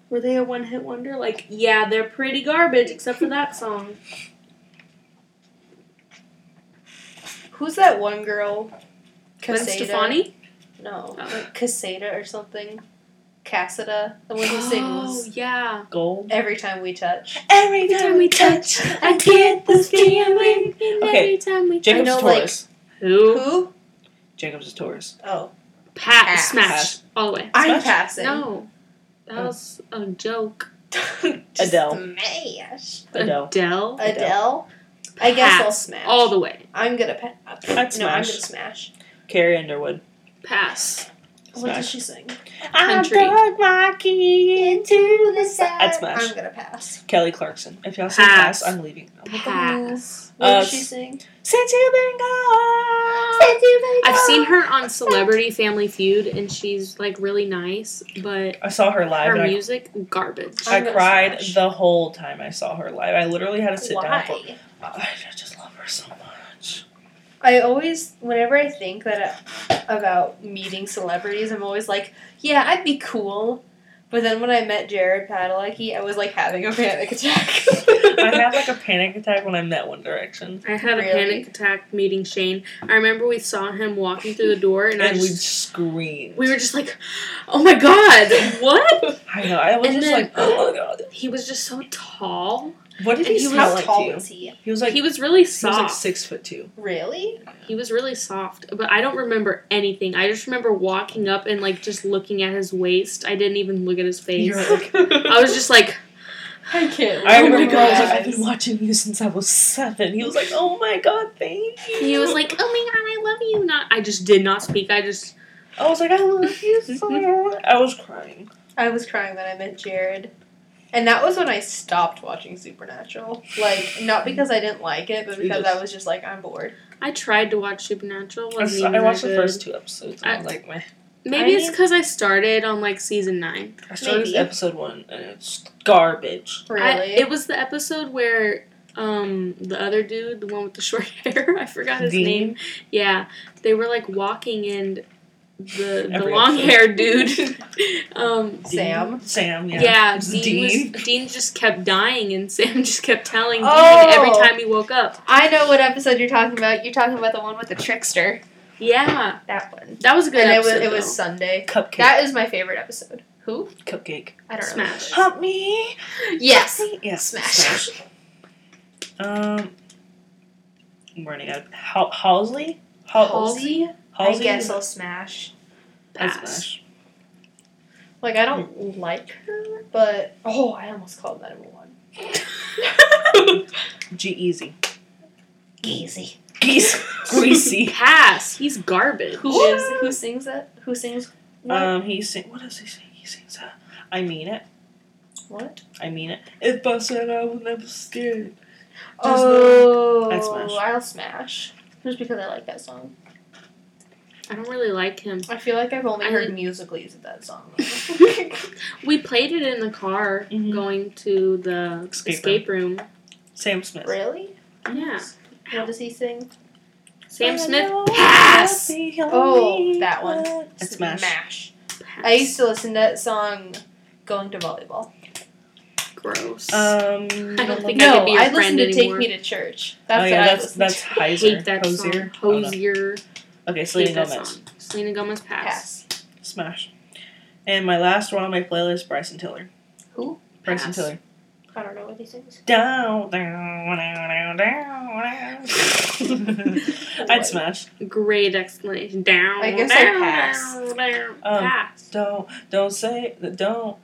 were they a one hit wonder? Like, yeah, they're pretty garbage except for that song.
Who's that one girl?
Gwen
Casada?
Stefani?
No,
Oh.
like Casada or something. Cassida, the one who
Oh,
sings
yeah.
Gold.
every time we touch.
Every
time we touch, I get this feeling every time we
Jacob's
I know,
Taurus.
Who?
Who?
Jacob's is Taurus.
Oh,
Pat
Pass.
smash all the way.
I'm
Smash?
passing.
No, that was a joke.
Just
Adele.
Smash.
Adele,
Adele. Adele.
Adele. I guess I'll
Pass.
smash.
all the way.
I'm gonna pass.
I'd
No, I'm gonna
smash.
smash.
Carrie Underwood.
Pass.
What does
Smash.
she sing?
Country.
I dug my key into the side. I'd smash.
I'm gonna pass.
Kelly Clarkson. If y'all say
Um, Pass.
pass, I'm leaving.
Pass.
What
Uh,
does she
s-
sing?
Since you've been gone.
I've seen her on Celebrity Family Feud, and she's like really nice, but
I saw her live
her
and I
music garbage.
I
I'm gonna
cried
smash.
the whole time I saw her live. I literally had to sit down. For,
Why?
I just love her so much.
I always, whenever I think that uh, about meeting celebrities, I'm always like, yeah, I'd be cool. But then when I met Jared Padalecki, I was like having a panic attack.
I had like a panic attack when I met One Direction,
I had a
Really?
panic attack meeting Shane. I remember we saw him walking through the door, and,
and,
I
we
just,
screamed.
we were just like, "Oh my god, what?"
I know. I was
And
just
then-
like, oh my god.
He was just so tall.
What did
And
he,
he was-
smell
How
like
tall
to you?
was he?
He was like
he was really
he was like
soft.
six foot two.
Really?
He was really soft, but I don't remember anything. I just remember walking up and like just looking at his waist. I didn't even look at his face.
You're like,
I was just like,
I can't.
I
Oh my
remember I was like,
God.
I've been watching you since I was seven. He was like, oh my god, thank you.
he was like, oh my god, I love you. Not, I just did not speak. I just
I was like, I love you so much. I was crying.
I was crying when I met Jared. And that was when I stopped watching Supernatural. Like, not because I didn't like it, but
You
because
just-
I was just like, I'm bored.
I tried to watch Supernatural.
I,
Wasn't
saw,
even
I watched
that
the
good.
first two episodes. And I, was like, meh.
Maybe
I
it's
mean-
because I started on like season nine.
I started
Maybe.
episode one and it's garbage.
Really?
I- it was the episode where um the other dude, the one with the short hair, I forgot his
Dean?
name. Yeah, they were like walking and the the
Every
long haired dude. um,
Sam.
Dean? Sam, yeah.
Yeah,
It's
Dean,
Dean.
Was, Dean just kept dying, and Sam just kept telling
Oh.
Dean every time he woke up.
I know what episode you're talking about. You're talking about the one with the trickster.
Yeah,
That one.
that was a good.
and
episode,
it was it was
though.
Sunday.
Cupcake.
That is my favorite episode. Who?
Cupcake.
I don't know.
smash.
Help me.
Yes.
Yes.
Smash.
Um, I'm running out. Hou- Halsey? Hou-
Halsey?
I
Halsey?
guess I'll smash.
I'd
Pass.
smash.
Like I don't like her, but oh, I almost called that number one.
G Easy.
Geezy.
Geese. Greasy.
Pass. He's garbage.
Who is who sings that? Who sings what?
um, he sing. What does he sing? He sings. Uh, I mean it.
what?
I mean it. If I said I would never scared. just
Oh,
I'd smash.
I'll smash. Just because I like that song.
I don't really like him.
I feel like I've only
I
heard
mean-
musicals of that song.
We played it in the car
Mhm.
going to the
Escape
escape, room.
Sam Smith.
really?
Yeah.
What does he sing?
Sam
I
Smith.
know
Pass.
I'll be
Oh,
only
that one.
one. I'd smash.
Smash.
podcast.
I used to listen to that song going to volleyball.
gross.
Uh,
Um,
I don't think I
no,
could be your
I listened
friend
to
anymore.
Take Me to Church. That's
oh yeah,
what I
that's
listened
that's
to.
I
Heiser.
hate that
Hosier.
song.
Oh, no.
Hosier.
Okay, Selena
Hate that
Gomez.
song. Selena Gomez pass.
Pass.
Smash. And my last one on my playlist, Bryson Tiller.
Who?
Bryson
Pass.
Tiller.
I don't know what he sings.
Down, down, down, down, down. I'd smash.
Great explanation. Down.
I guess I
down,
pass.
Down, down,
Um,
pass.
Don't don't say don't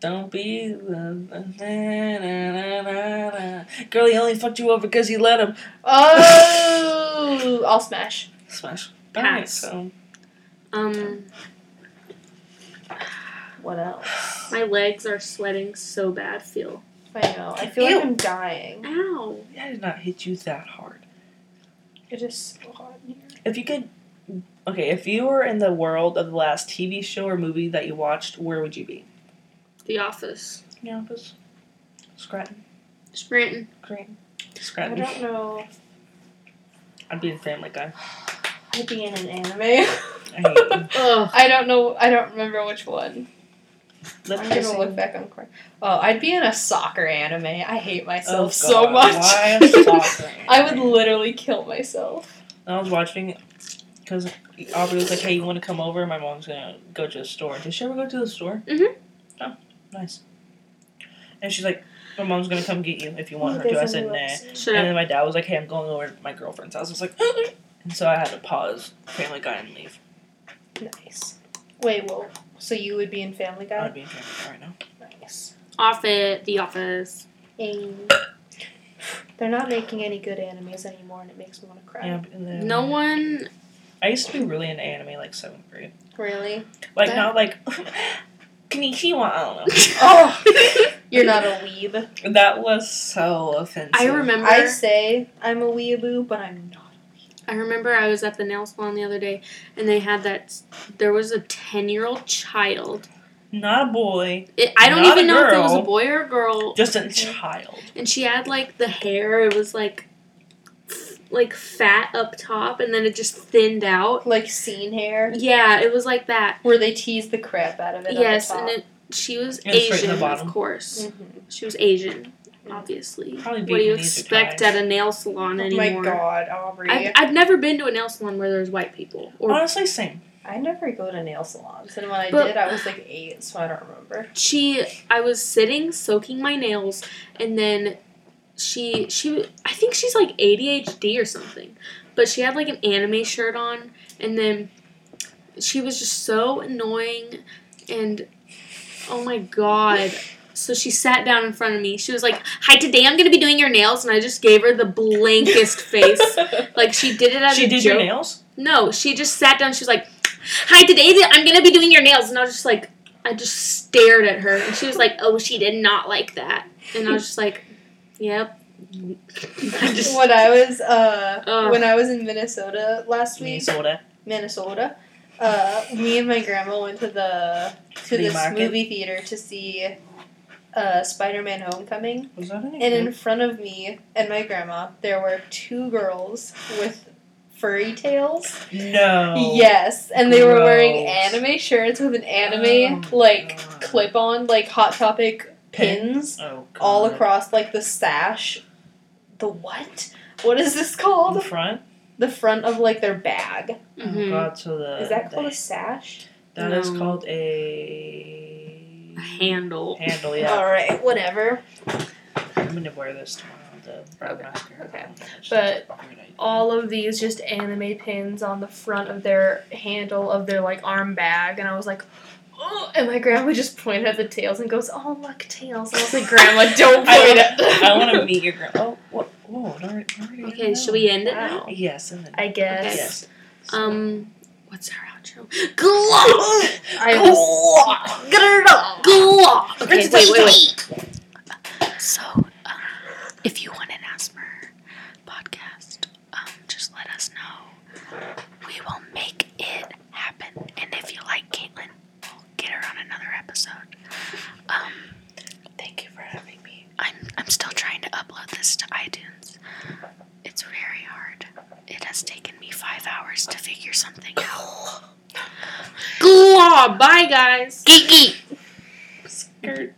don't be the- na, na, na, na. girl. He only fucked you over because he let him
Oh, I'll smash.
smash. Alright,
Pass.
so
Um,
What else?
my legs are sweating so bad. Feel.
I know. I feel
Ew.
like I'm dying.
Ow.
I did not hit you that hard.
It is so hot in here.
If you could, okay, if you were in the world of the last TV show or movie that you watched, where would you be?
The Office.
The Office. Scranton.
Scranton.
Green.
I
Scranton.
don't know.
I'd be in Family Guy.
I'd be in an anime.
I hate you.
Ugh.
I don't know. I don't remember which one.
Lip
I'm gonna
kissing.
look back on court. Oh, I'd be in a soccer anime. I hate myself
Oh,
so
God,
much.
Why a soccer
I would
anime?
literally kill myself.
I was watching because Aubrey was like, "Hey, you want to come over? My mom's gonna go to the store." Did she ever go to the store?
Mhm.
Oh, nice. And she's like, "My mom's gonna come get you if you want her to." I said, "Nah."
Shut
And
up.
then my dad was like, "Hey, I'm going over to my girlfriend's house." I was like, and so I had to pause Family Guy and leave.
Nice. Wait, well, so you would be in Family
I
Guy?
would be in Family Guy right now.
Nice.
Off it. The Office.
And they're not making any good animes anymore, and it makes me want to cry.
Yeah, but then-
No one
I used to be really into anime, like seventh grade.
Really?
Like
That-
not like Konnichiwa. I don't
Oh, you're not a weeb.
know. That was so offensive.
I remember.
I
I,
say I'm a weeaboo, but I'm not.
remember. I was at the nail salon the other day, and they had that. There was a ten-year-old child.
Not a boy,
It, I don't
Not a
even know if it was a
girl.
boy or a girl.
just a child.
And she had like the hair. It was like, f- like fat up top, and then it just thinned out.
Like scene hair,
Yeah, it was like that.
where they tease the crap out of it.
yes,
on
and
the top.
it. She was
And straighten the
Asian, of
bottom.
course.
Mhm.
She was Asian, obviously.
Probably
what do you
Vietnamese or
expect
Thai.
at a nail salon
Oh
anymore?
my god, Aubrey.
I've, I've never been to a nail salon where there's white people or
Honestly, same.
I never go to nail salons, and when I
But-
did, I was like eight, so I don't remember.
she i was sitting soaking my nails and then she she i think she's like adhd or something but she had like an anime shirt on and then she was just so annoying and oh my god so she sat down in front of me she was like hi today i'm gonna be doing your nails and i just gave her the blankest face like she did it as
she
a
did
joke
your nails.
no, she just sat down. She was like, "Hi, today th- I'm gonna be doing your nails," and I was just like, I just stared at her, and she was like, "Oh, she did not like that," and I was just like, "Yep." I just
when I was uh,
Ugh.
when I was in Minnesota last week,
Minnesota.
Minnesota, uh, me and my grandma went to the to
Flea
this
market.
movie theater to see uh, Spider-Man: Homecoming.
Was that any
And in front of me and my grandma, there were two girls with furry tails.
good? No.
yes, and they were wearing
Oh. gross.
anime shirts with an anime
Oh my
like
God.
clip on like Hot Topic
Pin?
pins
Oh, God.
all across like the sash. The what? What is this
the
called?
front.
The front of like their bag.
Oh
Mhm.
God! So the
Is that
the-
called a sash?
that is
No.
called a
A handle.
handle. Yeah,
All right, whatever.
I'm gonna wear this tomorrow. The brown
Okay,
mascara.
okay.
That's
But
a great idea.
all of these just anime pins on the front of their handle of their like arm bag, and I was like, oh! And my grandma just pointed at the tails and goes, "Oh, look, tails!" And I was like, "Grandma, don't
I
point
wanna-
at them."
I want to meet your girl. Oh, what? Whoa! Already, already
Okay, should we end it now?
Yes. And then,
I guess.
yes.
Um, what's our outro? Glock,
I was.
glock. Okay, wait, wait, wait. So, um, if you want an asthma podcast, um, just let us know. We will make it happen. And if you like Caitlin, we'll get her on another episode. Um,
Thank you for having me.
I'm I'm still trying to upload this to iTunes. It's very hard. It has taken me five hours to figure something out.
Glob. Bye, guys.
Geeky.
Skirt.